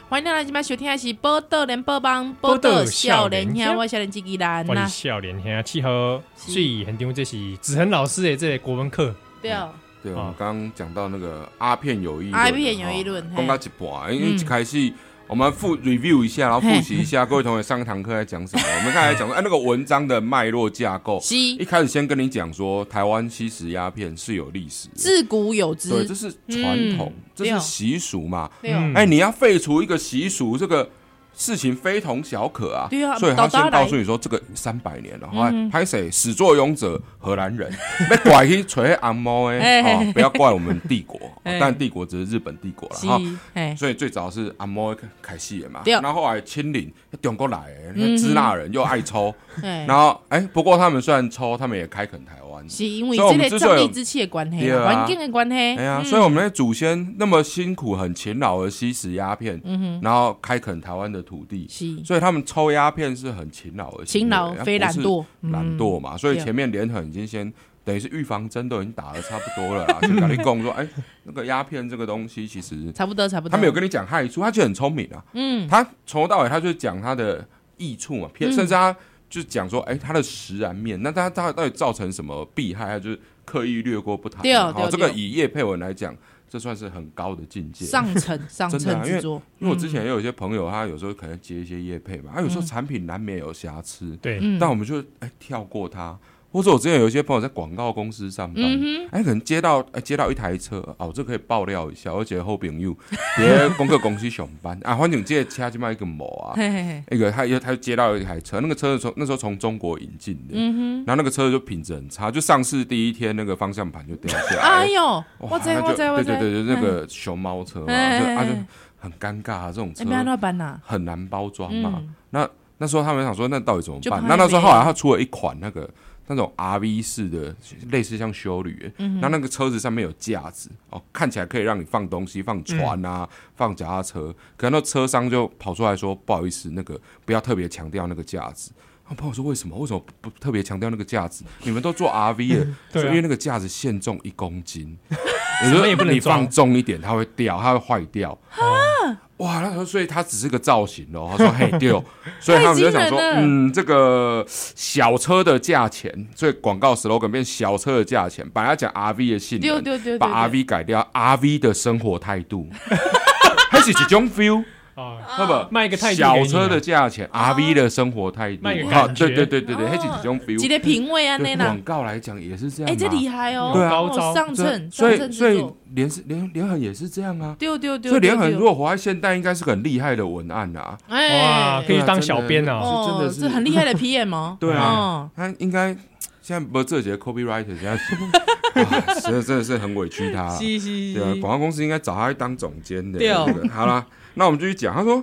Speaker 1: 欢迎大家今晚收听的是《报道连播帮》，报道少年兄，我是少年机器人啊
Speaker 2: 我
Speaker 1: 呐
Speaker 2: 是，笑脸兄，啊气候
Speaker 1: 是
Speaker 2: 最很丢这是子恒老师的这个国文课，
Speaker 1: 对哦，
Speaker 3: 对，我
Speaker 2: 好
Speaker 3: 们刚刚讲到那个阿片有议论，
Speaker 1: 阿片有议论
Speaker 3: 哦
Speaker 1: 嘿
Speaker 3: 讲到一半，因为
Speaker 1: 嗯
Speaker 3: 一开始我们复 review 一下，然后
Speaker 1: 嘿
Speaker 3: 复习一下各位同学上一堂课在讲什么。我们刚才讲说，哎，那个文章的脉络架构，一
Speaker 1: 是
Speaker 3: 开始先跟你讲说，台湾吸食鸦片是有历史的，
Speaker 1: 自古有之，
Speaker 3: 对，这是传统，
Speaker 1: 嗯
Speaker 3: 这
Speaker 1: 对哦
Speaker 3: 是习俗嘛。
Speaker 1: 对哦
Speaker 2: 嗯
Speaker 3: 哎、你要废除一个习俗，这个事情非同小可啊。
Speaker 1: 对啊嗯
Speaker 3: 所以他
Speaker 1: 倒搭
Speaker 3: 先
Speaker 1: 来
Speaker 3: 告诉你说，这个三百年了，后来拍谁始作俑者荷兰人， 被拐去锤阿猫
Speaker 1: 哎
Speaker 3: 哎，哦，不要怪我们帝国，哦
Speaker 1: 哎
Speaker 3: 但帝国只是日本帝国了
Speaker 1: 是
Speaker 3: 哈。
Speaker 1: 哎，
Speaker 3: 所以最早是阿猫开始的嘛，
Speaker 1: 对
Speaker 3: 然后后来清领中国来的，
Speaker 1: 嗯
Speaker 3: 那支那人又爱抽，
Speaker 1: 哎
Speaker 3: 然后哎，不过他们虽然抽，他们也开垦台湾，
Speaker 1: 是因为
Speaker 3: 所以我
Speaker 1: 这
Speaker 3: 们
Speaker 1: 个
Speaker 3: 之
Speaker 1: 瘴
Speaker 3: 所以
Speaker 1: 疠
Speaker 3: 有
Speaker 1: 之气的关系
Speaker 3: 对
Speaker 1: 啦，
Speaker 3: 啊
Speaker 1: 环境的关系。
Speaker 3: 哎呀，
Speaker 1: 嗯
Speaker 3: 所以我们的祖先那么辛苦、很勤劳的吸食鸦片，
Speaker 1: 嗯
Speaker 3: 然后开垦台湾的土地，
Speaker 1: 是
Speaker 3: 所以他们抽鸦片是很勤劳的行为，
Speaker 1: 勤劳
Speaker 3: 而
Speaker 1: 非
Speaker 3: 不
Speaker 1: 懒
Speaker 3: 哎是
Speaker 1: 惰，
Speaker 3: 懒
Speaker 1: 嗯
Speaker 3: 惰嘛。所以
Speaker 1: 对
Speaker 3: 前面连横已经先等于是预防针都已经打的差不多了啦，就跟你讲说，哎，那个鸦片这个东西其实
Speaker 1: 差不多差不多。
Speaker 3: 他没有跟你讲害处，他就很聪明啊，
Speaker 1: 嗯
Speaker 3: 他从头到尾他就讲他的益处嘛，偏
Speaker 1: 嗯
Speaker 3: 甚至他就讲说，哎，他的食然面，那他他到底造成什么弊害？他就是刻意略过不谈
Speaker 1: 对哦
Speaker 3: 嘛。
Speaker 1: 对哦
Speaker 3: 好，这
Speaker 1: 对哦
Speaker 3: 个以叶佩文来讲，这算是很高的境界。
Speaker 1: 上 层嗯上
Speaker 3: 真的
Speaker 1: 层
Speaker 3: 啊
Speaker 1: 制作，
Speaker 3: 因为我之前也有一些朋友，他有时候可能接一些叶配嘛，他有时候产品难免有瑕疵，
Speaker 2: 对，
Speaker 1: 嗯
Speaker 3: 但我们就哎跳过它。或者我之前有一些朋友在广告公司上班，
Speaker 1: 嗯
Speaker 3: 哎、可能接到哎接到一台车，哦，这可以爆料一下，我觉得后朋友别功课公司上班 啊，反正这个车就卖一个某啊，
Speaker 1: 嘿嘿嘿，
Speaker 3: 那个他又他就接到一台车，那个车是从那时候从中国引进的，
Speaker 1: 嗯
Speaker 3: 然后那个车就品质很差，就上市第一天那个方向盘就掉下 来
Speaker 1: 哎
Speaker 3: 了，
Speaker 1: 呦，
Speaker 3: 哇
Speaker 1: 我知
Speaker 3: 那
Speaker 1: 我
Speaker 3: 就
Speaker 1: 知我
Speaker 3: 对
Speaker 1: 知，
Speaker 3: 对对，就是那
Speaker 1: 哎
Speaker 3: 个熊猫车嘛，就
Speaker 1: 哎哎
Speaker 3: 啊就
Speaker 1: 哎
Speaker 3: 很尴尬啊，这种车
Speaker 1: 哎，没安怎办呐？
Speaker 3: 很难包装嘛
Speaker 1: 嗯。
Speaker 3: 那那时候他们想说，那到底怎么
Speaker 1: 就怕
Speaker 3: 办？
Speaker 1: 它
Speaker 3: 那那时候
Speaker 1: 没
Speaker 3: 后来他出了一款那个那种 RV 式的，类似像修旅，
Speaker 2: 嗯
Speaker 3: 然后那个车子上面有架子哦，看起来可以让你放东西、放船啊、放脚踏车。可那车商就跑出来说，不好意思，那个不要特别强调那个架子。啊他朋友说：“为什么？为什么不不特别强调那个架子？你们都做 RV 了，
Speaker 2: 对啊
Speaker 3: 所以因为那个架子限重一公斤， 你
Speaker 2: 什
Speaker 3: 说
Speaker 2: 么也不能
Speaker 3: 你
Speaker 2: 装
Speaker 3: 放重一点，它会掉，它会坏掉。哇，那时候所以它只是个造型哦。 他说嘿对哦，所以他们就想说
Speaker 1: 太惊，人了
Speaker 3: 嗯，这个小车的价钱，所以广告 slogan 变小车的价钱，本来要讲 RV 的性
Speaker 1: 对
Speaker 3: 能，
Speaker 1: 对对对，
Speaker 3: 把
Speaker 1: 对
Speaker 3: RV 改掉，RV 的生活态度，还是一种 feel。
Speaker 2: 啊，
Speaker 3: 那
Speaker 1: 哦
Speaker 3: 么
Speaker 2: 卖一个态度给
Speaker 3: 小
Speaker 2: 你啊
Speaker 3: 车的价钱，RV 的生活态度，
Speaker 2: 卖个
Speaker 3: 啊
Speaker 2: 感觉
Speaker 3: 对对对对对，
Speaker 1: 哦
Speaker 3: 那是几种
Speaker 1: 几
Speaker 3: feel。
Speaker 1: 个品味啊，那
Speaker 3: 对
Speaker 1: 啦
Speaker 3: 广，告来讲也是这样嘛，
Speaker 1: 哎，这厉害哦，
Speaker 3: 对啊
Speaker 1: 哦
Speaker 2: 高招
Speaker 1: 上乘，
Speaker 3: 所
Speaker 1: 上
Speaker 3: 以
Speaker 1: 乘
Speaker 3: 所
Speaker 1: 之
Speaker 3: 以
Speaker 1: 作，
Speaker 3: 联联联很也是这样啊，
Speaker 1: 丢丢丢，
Speaker 3: 所以联很
Speaker 1: 对
Speaker 3: 如，果活在现代，应该是个很厉害的文案啊。
Speaker 1: 对哎
Speaker 2: 哇，可，以当小编啊，
Speaker 3: 真
Speaker 1: 哦
Speaker 3: 的，是
Speaker 1: 这很厉害的 PM 哦，
Speaker 3: 对啊
Speaker 1: 哦，
Speaker 3: 他应该现在不这节 copywriter 现 在是，啊真的真的是很委屈他了。
Speaker 1: 嘻嘻
Speaker 3: 对啊，广告公司应该找他去当总监的。
Speaker 1: 对哦
Speaker 3: 这个好啦，那我们继续讲。他说，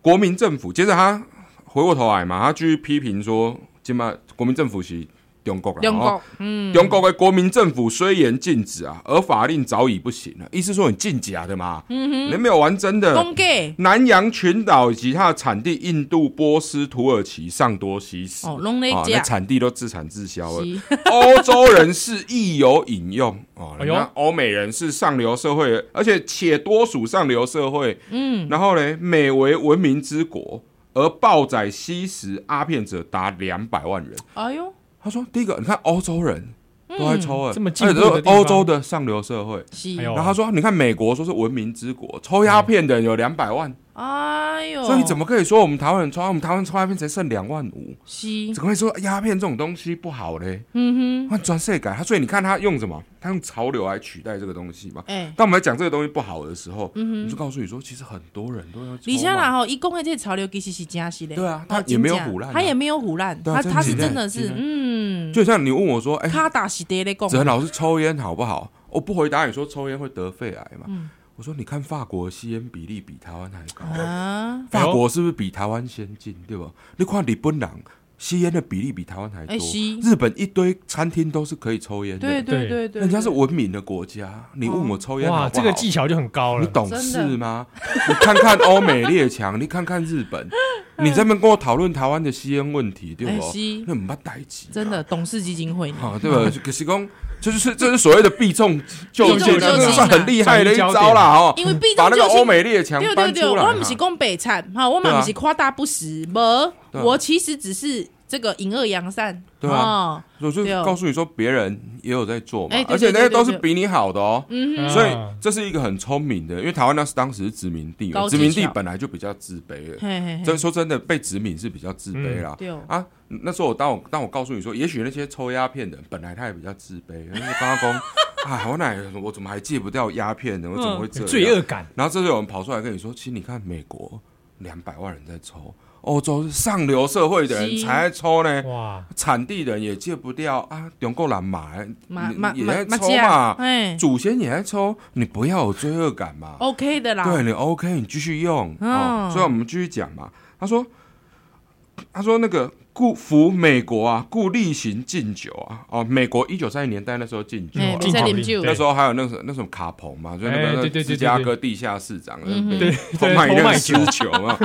Speaker 3: 国民政府，接着他回过头来嘛，他继续批评说，今嘛国民政府是中国啦，
Speaker 1: 两
Speaker 3: 哦
Speaker 1: 个，嗯，
Speaker 3: 中国的国民政府虽言禁止啊，而法令早已不行了。意思说你禁假的嘛，嗯、你没有玩真的。
Speaker 1: 公给
Speaker 3: 南洋群岛以及它的产地印度、波斯、土耳其上多西斯，
Speaker 1: 哦，拢咧
Speaker 3: 啊，那
Speaker 1: 假，
Speaker 3: 产地都自产自销了。
Speaker 1: 是
Speaker 3: 欧洲人是亦有饮用哦，
Speaker 2: 哎呦
Speaker 3: 那欧美人是上流社会，而且且多属上流社会。嗯，然后呢，美为文明之国，而暴宰吸食阿片者达两百万人。
Speaker 1: 哎呦，
Speaker 3: 他说，第一个，你看欧洲人都在抽啊，
Speaker 2: 嗯这么进
Speaker 3: 而
Speaker 2: 步
Speaker 3: 且
Speaker 2: 的
Speaker 3: 都是
Speaker 2: 地方
Speaker 3: 欧洲的上流社会。
Speaker 1: 是，
Speaker 2: 哎呦
Speaker 3: 然后他说，你看美国说是文明之国，抽鸦片的人有两百万，
Speaker 1: 哎呦，
Speaker 3: 所以你怎么可以说我们台湾人抽？我们台湾抽鸦片才剩两万五。
Speaker 1: 是？
Speaker 3: 怎么会说鸦片这种东西不好嘞？
Speaker 1: 嗯
Speaker 3: 换转世改，他所以你看他用什么？他用潮流来取代这个东西嘛
Speaker 1: 哼，。哎。
Speaker 3: 当我们在讲这个东西不好的时候，嗯、你就告诉你说，其实很多人都要抽嘛。
Speaker 1: 李佳啦吼，一共的这些潮流其实是真实的，
Speaker 3: 对啊
Speaker 1: 哦
Speaker 3: 他也没有
Speaker 1: 真正
Speaker 3: 胡乱啊
Speaker 1: 他也没有胡乱，
Speaker 3: 对啊
Speaker 1: 他
Speaker 3: 真
Speaker 1: 他是
Speaker 3: 的
Speaker 1: 真的是
Speaker 3: 真的
Speaker 1: 嗯，
Speaker 3: 就像你问我说，哎、
Speaker 1: 卡达是得咧讲
Speaker 3: 子，恒老师抽烟好不好？我不回答你说抽烟会得肺癌嘛。
Speaker 1: 嗯
Speaker 3: 我说你看法国的吸烟比例比台湾还高，
Speaker 1: 啊，
Speaker 3: 法国是不是比台湾先进？对吧？你看日本人吸烟的比例比台湾还多，
Speaker 1: 哎是
Speaker 3: 日本一堆餐厅都是可以抽烟的。
Speaker 1: 对对
Speaker 2: 对
Speaker 1: 对哦对，
Speaker 3: 人家是文明的国家，啊你问我抽烟好不
Speaker 2: 哇，
Speaker 3: 好？
Speaker 2: 这个技巧就很高
Speaker 3: 你
Speaker 2: 了，
Speaker 3: 懂事吗？你看看欧美列 强，你看看日本，你这边跟我讨论台湾的吸烟问题，对
Speaker 1: 哎
Speaker 3: 不
Speaker 1: 是？
Speaker 3: 那没代志，
Speaker 1: 真的董事基金会呢，
Speaker 3: 啊，对吧？可是讲，这就是这是所谓的避重就
Speaker 1: 避重就
Speaker 3: 轻，
Speaker 1: 轻啊
Speaker 3: 这个算很厉害的一招啦，哦，
Speaker 1: 因为避
Speaker 3: 把
Speaker 1: 重
Speaker 3: 那个
Speaker 1: 就
Speaker 3: 欧
Speaker 1: 轻。
Speaker 3: 美列强
Speaker 1: 对对
Speaker 3: 搬
Speaker 1: 对，
Speaker 3: 出来啊
Speaker 1: 我
Speaker 3: 哈
Speaker 1: 不。是讲北产哈，我嘛不是夸大不实，无，
Speaker 3: 对啊
Speaker 1: 我其实只是这个引恶扬善，
Speaker 3: 对啊
Speaker 1: 哦，
Speaker 3: 我就
Speaker 1: 对哦
Speaker 3: 告诉你说，别人也有在做嘛
Speaker 1: 哎，对
Speaker 3: 而且那
Speaker 1: 对对
Speaker 3: 些
Speaker 1: 对
Speaker 3: 都是比你好的哦。
Speaker 2: 嗯
Speaker 3: 所以这是一个很聪明的，因为台湾那是当时是殖民地嘛，
Speaker 1: 高技
Speaker 3: 殖
Speaker 1: 巧
Speaker 3: 民地本来就比较自卑了。
Speaker 1: 嘿嘿
Speaker 3: 真
Speaker 1: 嘿，
Speaker 3: 说真的，被殖民是比较自卑啦。
Speaker 1: 对哦，
Speaker 3: 啊，那时候我当我当我告诉你说，也许那些抽鸦片的人本来他也比较自卑，因为刚刚讲，哎，我哪我怎么还戒不掉鸦片呢？我怎么
Speaker 1: 嗯
Speaker 3: 会这
Speaker 2: 有
Speaker 3: 样？
Speaker 2: 罪恶感，
Speaker 3: 然后这时候有人跑出来跟你说，其实你看美国两百万人在抽，欧洲是上流社会的人
Speaker 1: 是
Speaker 3: 才在抽呢，
Speaker 2: 哇，
Speaker 3: 产地人也戒不掉啊，中国人买
Speaker 1: 马马
Speaker 3: 也
Speaker 1: 马
Speaker 3: 在啊
Speaker 1: 马
Speaker 3: 抽嘛，
Speaker 1: 哎
Speaker 3: 祖先也在抽，你不要有罪恶感嘛。
Speaker 1: ，OK 的啦，
Speaker 3: 对你 OK，你继续用、
Speaker 1: 嗯
Speaker 3: 哦。所以我们继续讲嘛。他说，他说那个故服美国啊，故例行禁酒啊。哦，美国一九三零年代那时候禁酒、
Speaker 1: 哎，
Speaker 3: 啊
Speaker 1: 别。再啉酒
Speaker 2: 对
Speaker 3: 那时候还有那什那什么卡彭嘛，就是
Speaker 2: 哎
Speaker 3: 那
Speaker 2: 对
Speaker 3: 个
Speaker 2: 对对
Speaker 3: 芝加哥地下市长，
Speaker 1: 嗯
Speaker 3: 对
Speaker 2: 对对
Speaker 3: 卖
Speaker 2: 偷
Speaker 3: 那
Speaker 2: 卖
Speaker 3: 个私酒嘛。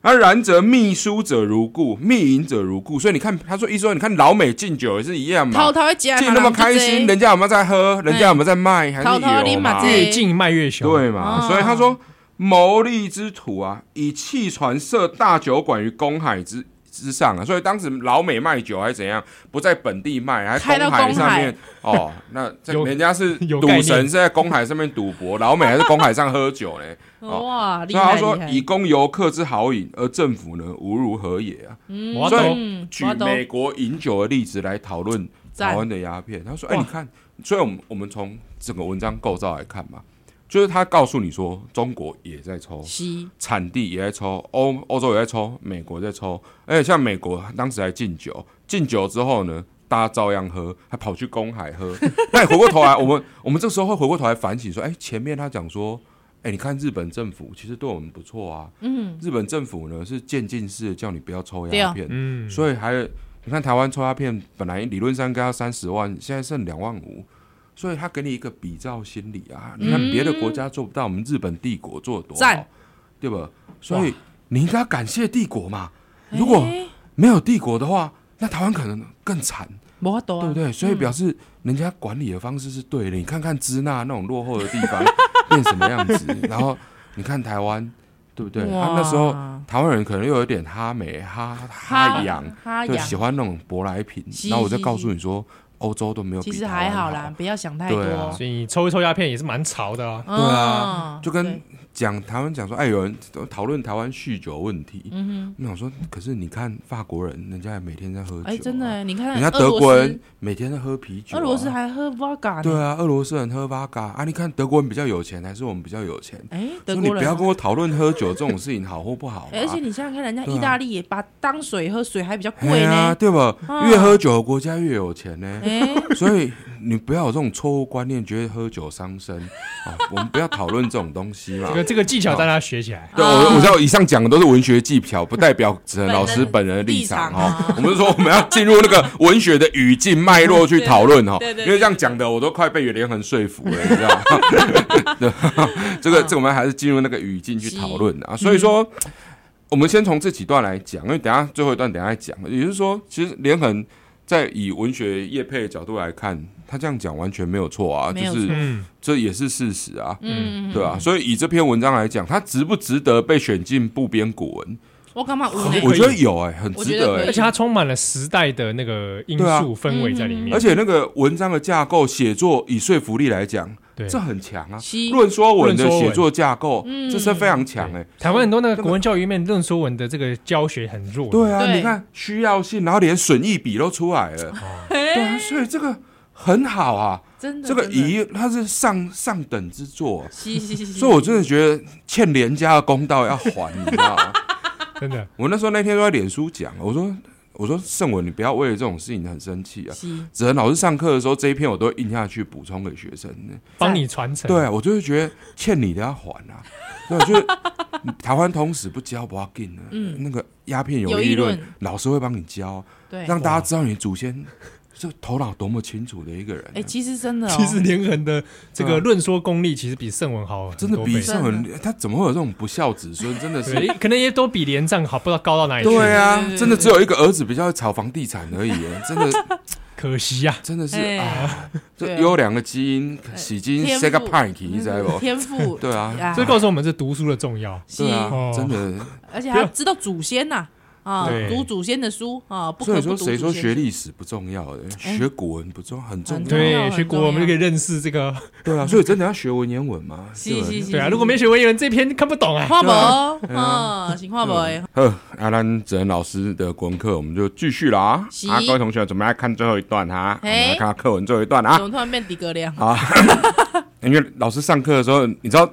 Speaker 3: 啊，然则密书者如故，密饮者如故。所以你看，他说意思说，你看老美禁酒也是一样嘛
Speaker 1: 偷，偷
Speaker 2: 啊
Speaker 1: 啊加，
Speaker 3: 禁那么开心，人家有没有在喝？人家有没有在卖？还
Speaker 1: 偷偷
Speaker 2: 啊
Speaker 3: 是有
Speaker 1: 啉嘛
Speaker 3: 嘛？
Speaker 1: 这
Speaker 2: 越近卖越凶，
Speaker 3: 对嘛？
Speaker 1: 哦
Speaker 3: 所以他说，谋利之徒啊，以汽船设大酒馆于公海之之上啊。所以当时老美卖酒还是怎样，不在本地卖，还
Speaker 1: 开到
Speaker 3: 公海上面
Speaker 1: 公
Speaker 3: 哦。那这
Speaker 2: 有
Speaker 3: 人家是
Speaker 2: 有
Speaker 3: 赌
Speaker 2: 概念
Speaker 3: 神是在公海上面赌博，老美还是公海上喝酒呢。哦
Speaker 1: 哇， 厉
Speaker 3: 所以他
Speaker 1: 害
Speaker 3: 说
Speaker 1: 厉，害
Speaker 3: 以，供游客之好饮，而政府呢，无如何也啊。
Speaker 2: 我
Speaker 3: 所以
Speaker 2: 懂，
Speaker 1: 嗯
Speaker 3: 举
Speaker 1: 我懂
Speaker 3: 美国饮酒的例子来讨论台湾的鸦片。他说：“哎、
Speaker 2: 哇
Speaker 3: 你看，所以我们我们从整个文章构造来看嘛，就是他告诉你说，中国也在抽，
Speaker 1: 是，
Speaker 3: 产地也在抽，欧欧洲也在抽，美国在抽，而且像美国当时还禁酒，禁酒之后呢？”大家照样喝，还跑去公海 喝。那你回过头来，我们我们这时候会回过头来反省说，哎、前面他讲说，哎、你看日本政府其实对我们不错啊。嗯，日本政府呢是渐进式的叫你不要抽
Speaker 1: 对
Speaker 3: 鸦
Speaker 1: 啊
Speaker 3: 片，
Speaker 2: 嗯，
Speaker 3: 所以还有你看台湾抽鸦片，本来理论上应该要三十万，现在剩两万五，所以他给你一个比照心理啊。你看别的国家做不到，我们日本帝国做得多
Speaker 1: 嗯赞
Speaker 3: 好，对吧？所以你应该要感谢帝国嘛。如果没有帝国的话，那台湾可能更惨，
Speaker 1: 没法度
Speaker 3: 对
Speaker 1: 啊
Speaker 3: 不，对？所以表示人家管理的方式是对的。你看看支那那种落后的地 方变什么样子，然后你看台湾，对不对？他那时候
Speaker 1: 哇
Speaker 3: 台湾人可能又有点哈美哈哈洋，
Speaker 1: 哈
Speaker 3: 就
Speaker 1: 痒
Speaker 3: 喜欢那种舶来品
Speaker 1: 是，
Speaker 3: 然后我再告诉你说，欧洲都没有比
Speaker 1: 其实
Speaker 3: 台
Speaker 1: 还
Speaker 3: 湾
Speaker 1: 好啦，，不要想太
Speaker 3: 对啊
Speaker 1: 多。
Speaker 2: 所以你抽一抽鸦片也是蛮潮的啊，
Speaker 1: 对
Speaker 3: 对啊，就跟
Speaker 1: 对
Speaker 3: 讲台湾讲说，哎，有人讨论台湾酗酒问题。嗯哼，我想说，可是你看法国人，人家也每天在喝酒、啊，
Speaker 1: 哎，真的欸，你看
Speaker 3: 人家
Speaker 1: 俄
Speaker 3: 德
Speaker 1: 罗
Speaker 3: 国
Speaker 1: 斯
Speaker 3: 人每天在喝啤酒、啊，
Speaker 1: 俄罗斯还喝 vodka 呢
Speaker 3: 对，啊，俄罗斯人喝 v o 啊，你看德国人比较有钱，还是我们比较有钱？
Speaker 1: 哎，德
Speaker 3: 说
Speaker 1: 国人
Speaker 3: 你不要
Speaker 1: 啊
Speaker 3: 跟我讨论喝酒这种事情好或不好嘛、
Speaker 1: 哎而且你想想看，人家
Speaker 3: 对啊
Speaker 1: 意大利也把当水喝，水还比较
Speaker 3: 哎
Speaker 1: 贵
Speaker 3: 呀，
Speaker 1: 呢。
Speaker 3: 对吧？
Speaker 1: 嗯
Speaker 3: 越喝酒的国家越有钱呢。
Speaker 1: 哎，
Speaker 3: 所以你不要有这种错误观念，觉得喝酒伤身啊！我们不要讨论这种东西嘛
Speaker 2: 这。
Speaker 1: 嗯
Speaker 2: 个这个技巧大家学起来。
Speaker 3: 对，
Speaker 1: 哦
Speaker 3: 我我知道以上讲的都是文学技巧，不代表子恒老师本人的立场
Speaker 1: 本人的立
Speaker 3: 哦
Speaker 1: 场啊。
Speaker 3: 我们是说我们要进入那个文学的语境脉络去讨论哦，
Speaker 1: 对对对对
Speaker 3: 因为这样讲的我都快被袁连恒说服了，你知道吗？ 对，
Speaker 1: 嗯
Speaker 3: 这个这个我们还是进入那个语境去讨论的啊。所以说，
Speaker 1: 嗯
Speaker 3: 我们先从这几段来讲，因为等一下最后一段等一下再讲。也就是说，其实连恒在以文学业配的角度来看，他这样讲完全没有错啊，
Speaker 1: 没
Speaker 3: 就
Speaker 1: 有
Speaker 3: 是
Speaker 1: 错
Speaker 2: 嗯，
Speaker 3: 这也是事实啊。
Speaker 1: 嗯，
Speaker 3: 对啊，所以以这篇文章来讲，它值不值得被选进部编古文？
Speaker 1: 我干嘛五 呢？
Speaker 3: 我觉得有哎、很值
Speaker 1: 嗯我觉得
Speaker 3: 得哎、
Speaker 1: 可以
Speaker 2: 而且它充满了时代的那个因
Speaker 3: 对啊
Speaker 2: 素氛围在里面，
Speaker 3: 而且那个文章的架构、写作以说服力来讲，
Speaker 1: 嗯
Speaker 2: 对
Speaker 3: 这很强啊
Speaker 1: 是。
Speaker 3: 论说文的
Speaker 2: 论说文
Speaker 3: 写作架构，
Speaker 1: 嗯
Speaker 3: 这是非常强哎、
Speaker 2: 对台湾很多那个国文教育里面论说文的这个教学很弱，
Speaker 3: 对啊，
Speaker 1: 对
Speaker 3: 你看需要性，然后连损益比都出来了，对啊，所以这个很好啊。
Speaker 1: 真的
Speaker 3: 这个
Speaker 1: 真的
Speaker 3: 以它是上上等之作，啊
Speaker 1: 嘻嘻嘻嘻，
Speaker 3: 所以我真的觉得欠连家的公道要还，你知道吗？
Speaker 2: 真的
Speaker 3: 我那时候那天都在脸书讲，我说我说盛文，你不要为了这种事情很生气啊。
Speaker 1: 嘻
Speaker 3: 子恒老师上课的时候，这一篇我都会印下去补充给学生的。
Speaker 2: 帮你传承。
Speaker 3: 对，我啊就会觉得欠你的要还啊。对，就是台湾通史不教不要紧的，那个鸦片有
Speaker 1: 有
Speaker 3: 议
Speaker 1: 议
Speaker 3: 论
Speaker 1: 论，
Speaker 3: 老师会帮你教，
Speaker 1: 对，
Speaker 3: 让大家知道你祖先这头脑多么清楚的一个人啊。
Speaker 1: 哎，其实真的哦，
Speaker 2: 其实连横的这
Speaker 3: 对
Speaker 2: 个
Speaker 3: 啊
Speaker 2: 论说功力其实比圣文好很
Speaker 3: 真的
Speaker 2: 多
Speaker 3: 比
Speaker 2: 倍
Speaker 3: 上文，他怎么会有这种不孝子孙？真的是
Speaker 2: 对，可能也都比连战好，不知道高到哪里去。
Speaker 3: 对啊
Speaker 1: 对对，对
Speaker 3: 真的只有一个儿子比较会炒房地产而已耶，真的
Speaker 2: 可惜呀、
Speaker 3: 真的是
Speaker 1: 哎
Speaker 3: 啊，
Speaker 1: 对
Speaker 3: 这
Speaker 1: 啊哎
Speaker 3: 优良的基因已经
Speaker 1: 天
Speaker 3: s 个
Speaker 1: 赋
Speaker 3: pine，你知道不？
Speaker 1: 嗯天赋
Speaker 3: 对啊，
Speaker 1: 啊
Speaker 2: 这告诉我们这读书的重要。
Speaker 1: 嘻
Speaker 3: 对啊
Speaker 2: 哦，
Speaker 3: 真的。
Speaker 1: 而且还知道祖先呐啊
Speaker 2: 啊对，
Speaker 1: 读祖先的书啊，不
Speaker 3: 所
Speaker 1: 可
Speaker 3: 以
Speaker 1: 不
Speaker 3: 说，
Speaker 1: 读
Speaker 3: 谁
Speaker 1: 祖
Speaker 3: 说
Speaker 1: 先
Speaker 3: 学
Speaker 1: 书
Speaker 3: 历史不重要的？学古文不重要，很重
Speaker 1: 很
Speaker 3: 要。
Speaker 1: 重要嗯
Speaker 2: 对，学国文我们就可以认识这个。
Speaker 3: 对啊，所以真的要学文言文嘛。
Speaker 1: 是
Speaker 3: 对吧
Speaker 1: 是是
Speaker 2: 对啊，如果没学文言文，这篇看不懂啊。
Speaker 1: 画
Speaker 3: 对啊
Speaker 1: 博啊，行画博哎，
Speaker 3: 呵，阿兰子恩老师的国文课我们就继续了啊！
Speaker 1: 是哎
Speaker 3: 啊，各位同学，准备来看最后一段哈，我
Speaker 1: 嘿
Speaker 3: 们来看到课文最后一段啊
Speaker 1: 哎
Speaker 3: 哎
Speaker 1: 怎。么突然变迪格亮？
Speaker 3: 因为老师上课的时候，你知道，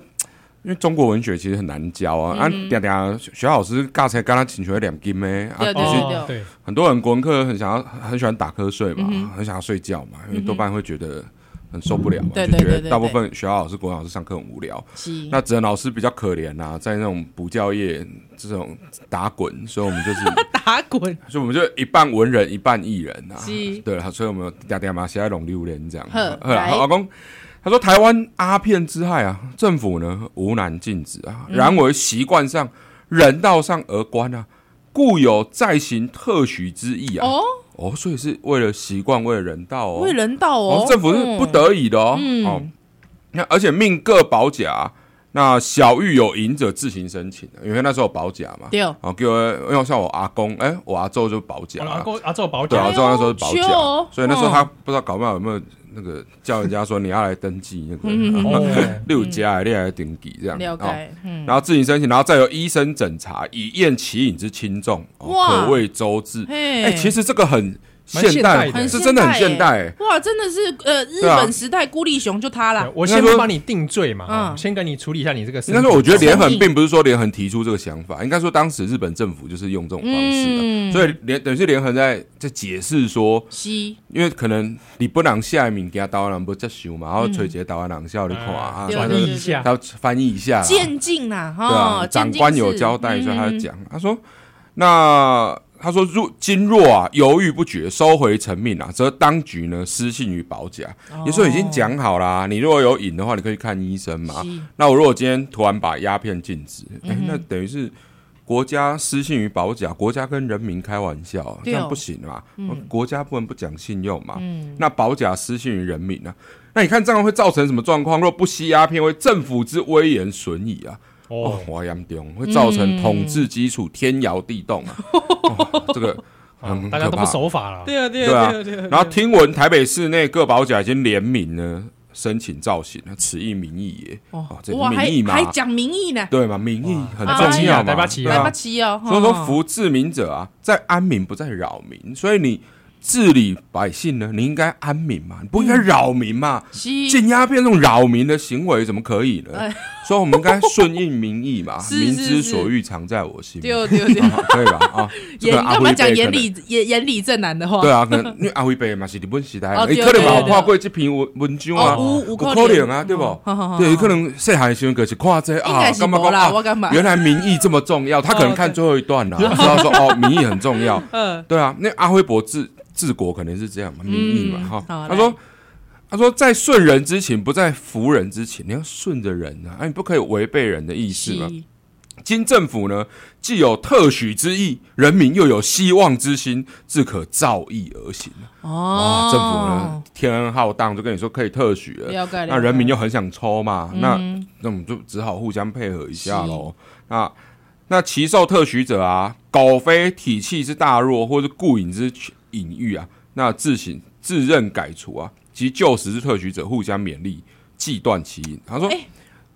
Speaker 3: 因为中国文学其实很难教啊。啊，
Speaker 1: 嗯
Speaker 3: 嗲嗲学校老师刚才刚刚请求了两斤咩？啊，
Speaker 1: 对对
Speaker 3: 就是
Speaker 1: 对
Speaker 2: 哦对，
Speaker 3: 很多人国文课很想要很喜欢打瞌睡嘛，很想要睡觉嘛，因为多半会觉得很受不了嘛，
Speaker 1: 对
Speaker 3: 就
Speaker 1: 对
Speaker 3: 觉
Speaker 1: 对
Speaker 3: 得
Speaker 1: 对
Speaker 3: 大部分学校老师、国文老师上课很无聊。
Speaker 1: 是
Speaker 3: 那子恒老师比较可怜呐、在那种补教业这种打滚，所以我们就是，
Speaker 1: 打滚，
Speaker 3: 所以我们就一半文人一半艺人啊
Speaker 1: 是。
Speaker 3: 对了，所以我们嗲嗲嘛，写在龙榴莲这样。
Speaker 1: 呵
Speaker 3: 好啦
Speaker 1: 来
Speaker 3: 好老公。他说：“台湾阿片之害啊，政府呢无难禁止啊，然为习惯上、人道上而观啊，故有再行特许之意啊。
Speaker 1: 哦，
Speaker 3: 哦，所以是为了习惯，为了人道哦，
Speaker 1: 为人道哦，
Speaker 3: 哦政府是不得已的哦。
Speaker 1: 嗯
Speaker 3: 哦，那而且命各保甲，那小玉有赢者自行申请，因为那时候有保甲嘛。
Speaker 1: 对
Speaker 3: 哦，给我因为像我阿公，哎、我阿舅就保甲
Speaker 2: 我
Speaker 3: 了
Speaker 2: 哦阿公阿做保
Speaker 3: 对啊，
Speaker 2: 甲
Speaker 3: 阿
Speaker 1: 哎呦
Speaker 3: 舅那时候是保甲，
Speaker 1: 是哦
Speaker 3: 所以那时候他
Speaker 1: 嗯
Speaker 3: 不知道搞不好有没有那个叫人家说你要来登记那
Speaker 1: 嗯
Speaker 3: 个
Speaker 2: 哦，
Speaker 3: 六家，你要来登记这样。
Speaker 1: 了
Speaker 3: 哦
Speaker 1: 解，嗯，
Speaker 3: 然后自行申请，然后再由医生诊查，以验其隐之轻重，哦、
Speaker 1: 哇
Speaker 3: 可谓周至。
Speaker 1: 嘿，
Speaker 3: 哎、其实这个很
Speaker 2: 蛮
Speaker 3: 现
Speaker 2: 现代
Speaker 3: 代，
Speaker 2: 的
Speaker 3: 是真的很现代、哎
Speaker 1: 哇，真的是呃，日
Speaker 3: 对啊
Speaker 1: 本时代孤立熊就他啦
Speaker 2: 对，我先
Speaker 3: 应该说
Speaker 2: 帮你定罪嘛，
Speaker 1: 嗯
Speaker 2: 哦先跟你处理一下你这个身
Speaker 3: 应
Speaker 2: 体。
Speaker 3: 该说，我觉得联
Speaker 1: 同
Speaker 3: 横
Speaker 1: 意
Speaker 3: 并不是说联横提出这个想法，应该说当时日本政府就是用这种方式的，
Speaker 1: 嗯
Speaker 3: 啊所以联等于是联横在在解释说，
Speaker 1: 是，
Speaker 3: 因为可能你不能下面给他台湾人不接受嘛，然后崔杰台湾人笑你看啊，
Speaker 1: 对
Speaker 2: 转
Speaker 1: 对
Speaker 2: 移
Speaker 1: 对
Speaker 2: 哎一下。
Speaker 3: 他翻译一下啦，
Speaker 1: 渐进啦，
Speaker 3: 啊对啊
Speaker 1: 哈，，
Speaker 3: 长
Speaker 1: 渐进
Speaker 3: 官
Speaker 1: 是
Speaker 3: 有交代，
Speaker 1: 嗯
Speaker 3: 所以他
Speaker 1: 嗯
Speaker 3: 就讲，他说那。他说：“若今若啊犹豫不决，收回成命啊，则当局呢失信于保甲。
Speaker 1: 哦嗯
Speaker 3: 也说已经讲好啦，你如果有瘾的话，你可以去看医生嘛。
Speaker 1: 是
Speaker 3: 那我如果今天突然把鸦片禁止，哎、那等于是国家失信于保甲，国家跟人民开玩笑，啊这
Speaker 1: 对哦
Speaker 3: 样不行嘛。国家不能不讲信用嘛。那保甲失信于人民啊，那你看这样会造成什么状况？若不吸鸦片，会政府之威严损矣啊。哦
Speaker 2: 哦，，
Speaker 3: 华严中会造成统治基础天摇地动啊。哦这个很
Speaker 2: 啊大家
Speaker 3: 可
Speaker 2: 都不
Speaker 3: 怕。
Speaker 2: 守法了。
Speaker 1: 对啊，对
Speaker 3: 对啊
Speaker 1: 啊，对啊，对啊，
Speaker 3: 然后听闻台北市内各保甲已经联名呢，申请造型，那此意民意也。哦，这
Speaker 1: 哇，
Speaker 3: 是
Speaker 1: 还
Speaker 3: 民意嘛
Speaker 1: 还，讲民意呢，
Speaker 3: 对嘛，民意很
Speaker 1: 哇
Speaker 3: 重要嘛，
Speaker 2: 台北市啊
Speaker 3: 对
Speaker 1: 来不
Speaker 3: 啊。
Speaker 1: 及哦。
Speaker 3: 所以说，
Speaker 1: 哦
Speaker 3: 服治民者啊，在安民不在扰民，所以你治理百姓呢，你应该安民嘛，你不应该扰民嘛。
Speaker 1: 是
Speaker 3: 禁鸦片这种扰民的行为怎么可以呢
Speaker 1: 哎？
Speaker 3: 所以我们应该顺应民意 嘛，
Speaker 1: 是
Speaker 3: 民
Speaker 1: 是
Speaker 3: 之
Speaker 1: 是
Speaker 3: 所欲，常在我心嘛。
Speaker 1: 对对对，
Speaker 3: 啊可以吧？啊，这
Speaker 1: 严
Speaker 3: 个阿
Speaker 1: 干嘛
Speaker 3: 辉
Speaker 1: 讲
Speaker 3: 伯
Speaker 1: 严
Speaker 3: 可能
Speaker 1: 理严严理正男的 话？
Speaker 3: 对啊，可能因为阿辉伯嘛是日本时代
Speaker 1: 哦
Speaker 3: 的，
Speaker 1: 对
Speaker 3: 伊可能嘛有
Speaker 2: 对
Speaker 3: 看过这篇文文章啊，
Speaker 1: 哦，有有
Speaker 3: 有可能啊，对不
Speaker 1: 哦好好好？
Speaker 3: 对，
Speaker 1: 好
Speaker 3: 伊可能细汉的时候可是看这
Speaker 1: 应
Speaker 3: 啊
Speaker 1: 该，是
Speaker 3: 干嘛
Speaker 1: 没
Speaker 3: 讲
Speaker 1: 啦，
Speaker 3: 啊？
Speaker 1: 我干嘛？
Speaker 3: 原来民意这么重要，他可能看最后 一段啦，知道说哦，民意很重要。
Speaker 1: 嗯，
Speaker 3: 对啊，那阿辉伯治治国可能是这样嘛，民意嘛
Speaker 1: 嗯好
Speaker 3: 哈。
Speaker 1: 来
Speaker 3: 他说，他说在顺人之情，不在服人之情，你要顺着人啊，啊，你不可以违背人的意思嘛。今政府呢，既有特许之意，人民又有希望之心，自可造意而行啊。
Speaker 1: 哦，
Speaker 3: 政府呢，天恩浩荡，就跟你说可以特许了，
Speaker 1: 了解了解
Speaker 3: 那人民又很想抽嘛，那
Speaker 1: 嗯
Speaker 3: 那我们就只好互相配合一下喽。那那其受特许者啊，苟非体气之大弱，或是故隐之隐喻啊，那自省自认改除啊，及就实之特许者互相勉励，计断其因。他说，
Speaker 1: 哎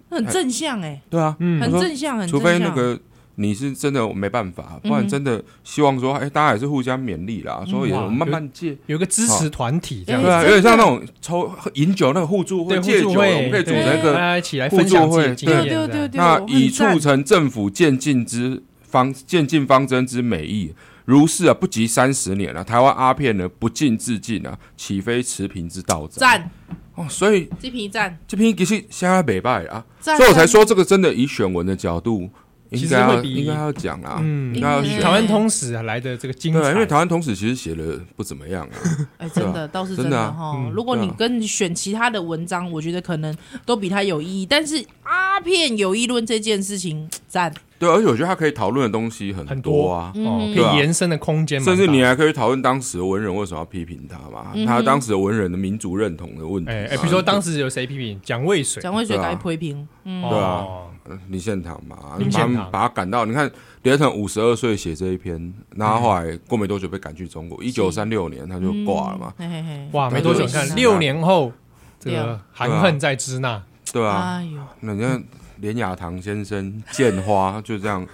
Speaker 1: 很正向哎，
Speaker 3: 对啊，
Speaker 2: 嗯
Speaker 3: 他
Speaker 1: 很
Speaker 3: 说
Speaker 1: 正向，很
Speaker 3: 除
Speaker 1: 正
Speaker 3: 非
Speaker 1: 向。
Speaker 3: 那个你是真的没办法，不然真的希望说，哎、大家也是互相勉励啦，说也
Speaker 2: 哇
Speaker 3: 慢慢戒。
Speaker 2: 有个支持团体这样
Speaker 1: 哎
Speaker 3: 对
Speaker 2: 子，
Speaker 3: 啊，
Speaker 1: 真的
Speaker 3: 有点像那种抽饮酒那个互助会、
Speaker 2: 对，
Speaker 3: 戒
Speaker 2: 互
Speaker 3: 酒，
Speaker 2: 助
Speaker 3: 我
Speaker 2: 会
Speaker 3: 们可以组成一
Speaker 2: 对大
Speaker 3: 个，
Speaker 2: 家一起来分享
Speaker 3: 互助
Speaker 2: 自己
Speaker 3: 会
Speaker 2: 的
Speaker 1: 对
Speaker 2: 经验，
Speaker 1: 对对
Speaker 2: 对，
Speaker 1: 对，
Speaker 3: 那
Speaker 1: 我很
Speaker 3: 以促
Speaker 1: 赞
Speaker 3: 成政府渐进之方渐进方针之美意。如是啊，不及三十年啊，台湾阿片呢不进自禁啊，岂非持平之道哉？
Speaker 1: 赞
Speaker 3: 哦，所以
Speaker 1: 这批赞
Speaker 3: 这篇其实现在北败啊，
Speaker 1: 赞，
Speaker 3: 所以我才说这个真的以选文的角度，应该
Speaker 2: 其实
Speaker 3: 要
Speaker 2: 会比
Speaker 3: 应该要讲啊，
Speaker 2: 嗯
Speaker 3: 应该要
Speaker 1: 对
Speaker 2: 以
Speaker 3: 选
Speaker 2: 台湾通史来的这个精
Speaker 3: 对，啊
Speaker 2: 彩，
Speaker 3: 因为台湾通史其实写的不怎么样 啊，
Speaker 1: 哎，真的倒是真
Speaker 3: 真的
Speaker 1: 的
Speaker 3: 啊
Speaker 1: 哈
Speaker 2: 嗯。
Speaker 1: 如果你
Speaker 3: 对啊
Speaker 1: 跟选其他的文章，我觉得可能都比它有意义。但是阿片有议论这件事情，赞
Speaker 3: 对，啊而且我觉得他可以讨论的东西很
Speaker 2: 很
Speaker 3: 多啊，
Speaker 2: 哦，
Speaker 1: 嗯
Speaker 2: 可
Speaker 3: 对啊
Speaker 2: 以延伸的空间蛮大，
Speaker 3: 甚至你还可以讨论当时的文人为什么要批评他嘛，他当时的文人的民族认同的问题嘛。
Speaker 2: 哎哎，比如说当时有谁批评蒋渭水，
Speaker 1: 蒋渭水
Speaker 3: 嗯对啊
Speaker 1: 该批评，嗯，
Speaker 3: 对啊
Speaker 2: 哦，
Speaker 3: 林献堂嘛，
Speaker 2: 林
Speaker 3: 把他
Speaker 2: 献
Speaker 3: 们
Speaker 2: 堂
Speaker 3: 把他赶到，你看连城五十二岁写这一篇，然后后来过没多久被赶去中
Speaker 2: 嗯
Speaker 3: 国，一九三六年他就挂了嘛，
Speaker 1: 嗯嘿嘿嘿，
Speaker 2: 哇，
Speaker 3: 啊
Speaker 2: 没多久，你看
Speaker 1: 对
Speaker 2: 六年后，这
Speaker 1: 对
Speaker 2: 个
Speaker 1: 啊
Speaker 2: 含恨在支那，
Speaker 3: 对啊，
Speaker 1: 哎呦，
Speaker 3: 那你看连雅堂先生剑花就 这样。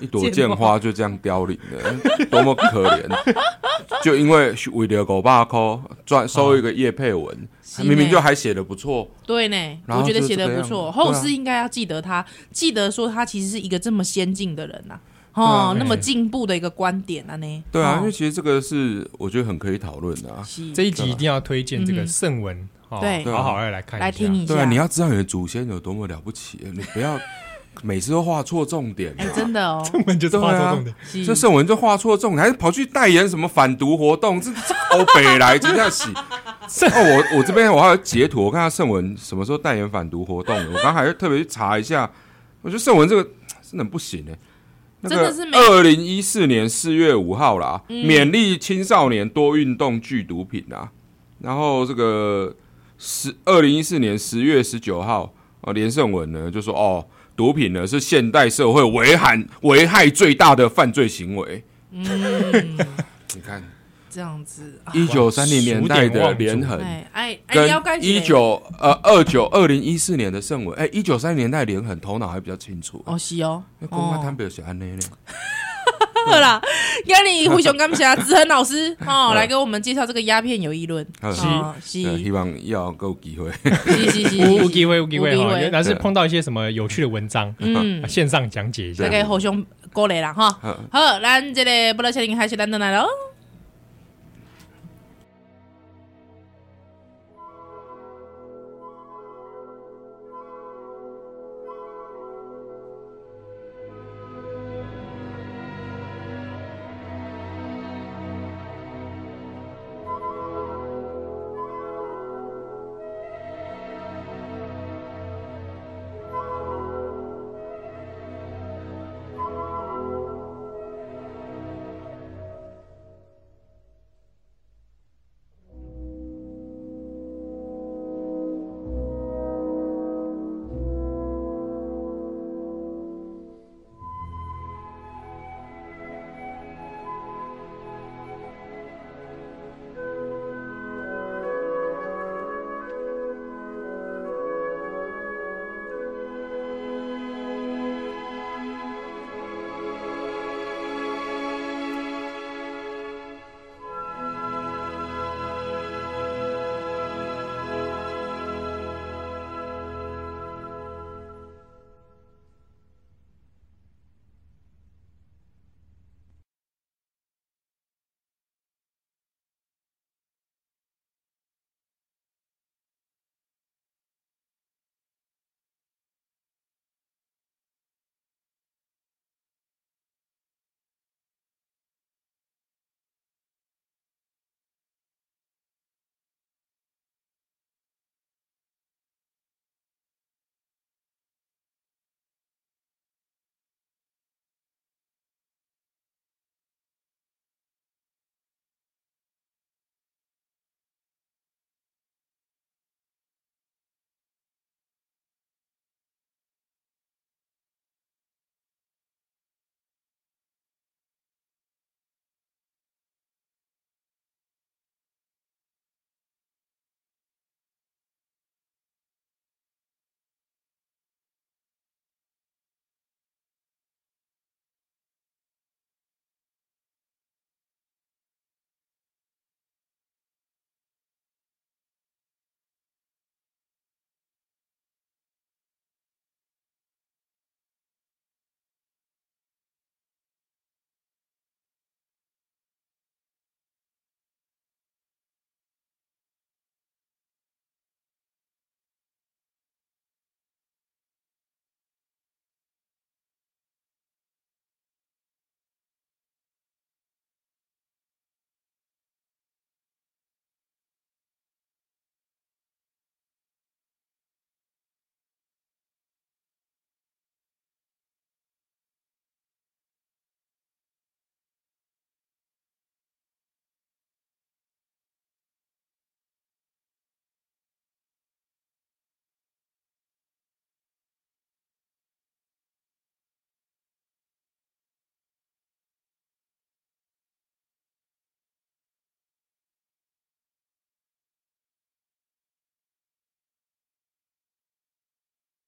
Speaker 3: 一朵
Speaker 1: 剑
Speaker 3: 剑
Speaker 1: 花
Speaker 3: 花就这样凋零了，多么可怜！就因为为了狗爸抠赚收一个叶佩文，
Speaker 1: 是
Speaker 3: 他明明
Speaker 1: 呢
Speaker 3: 就还写的不错，
Speaker 1: 对呢，
Speaker 3: 然
Speaker 1: 我
Speaker 3: 后
Speaker 1: 觉得
Speaker 3: 就
Speaker 1: 写的
Speaker 3: 这
Speaker 1: 不
Speaker 3: 样
Speaker 1: 错，
Speaker 3: 了
Speaker 1: 后
Speaker 3: 对啊
Speaker 1: 世应该要记得他，记得说他其实是一个这么先进的人呐、
Speaker 3: 啊
Speaker 1: 哦，那么
Speaker 2: 哎
Speaker 1: 进步的一个观点啊呢，
Speaker 3: 对啊，因为
Speaker 1: 哦、
Speaker 3: 其实这个是我觉得很可以讨论的啊。
Speaker 1: 是
Speaker 2: 这一集一定要推荐这个圣文，哦
Speaker 1: 对
Speaker 2: 好好来来看一下，
Speaker 1: 来听一下，
Speaker 3: 嗯对啊，你要知道你的祖先有多么了不起，啊你不要每次都画错重点
Speaker 1: 哎、
Speaker 3: 啊。
Speaker 1: 真的哦，
Speaker 2: 圣文就是画错重点，
Speaker 1: 是
Speaker 3: 这圣文就画错重点，还是跑去代言什么反毒活动，这 这欧北来真的洗。哦，我我这边我还有截图，我看他圣文什么时候代言反毒活动的，我刚还特别去查一下，我觉得圣文这个真的不行哎、那
Speaker 1: 真
Speaker 3: 个
Speaker 1: 的是没嗯
Speaker 3: 二零一四年四月五号啦，勉励青少年多运动、拒毒品啊。然后这个十二零一四年十月十九号，哦，连胜文呢就说哦，毒品呢是现代社会危害危害最大的犯罪行为。
Speaker 1: 嗯
Speaker 3: 你看，
Speaker 1: 这样子，啊
Speaker 3: 一九三零年代的连横。
Speaker 1: 哎哎哎，
Speaker 3: 跟
Speaker 1: 要干
Speaker 3: 一九呃二九二零一四年的胜文，哎，一九三零年代连横头脑还比较清楚。
Speaker 1: 哦是哦，
Speaker 3: 那公安
Speaker 1: 哦
Speaker 3: 摊。表写安内呢？
Speaker 1: 好啦，跟你互相感谢啊 子恒老师哦，来给我们介绍这个鸦片有议论，
Speaker 3: 嗯
Speaker 1: 哦
Speaker 3: 对希
Speaker 1: 是
Speaker 3: 望要够机会。
Speaker 1: 是是是，
Speaker 2: 有有
Speaker 1: 是
Speaker 2: 机会，有机会
Speaker 1: 有机
Speaker 2: 哈，
Speaker 1: 会
Speaker 2: 原来是碰到一些什么有趣的文章，
Speaker 1: 嗯
Speaker 2: 啊，线上讲解一下
Speaker 1: 大。概互相鼓励啦哈。好，咱这个不老小林开始咱就来喽。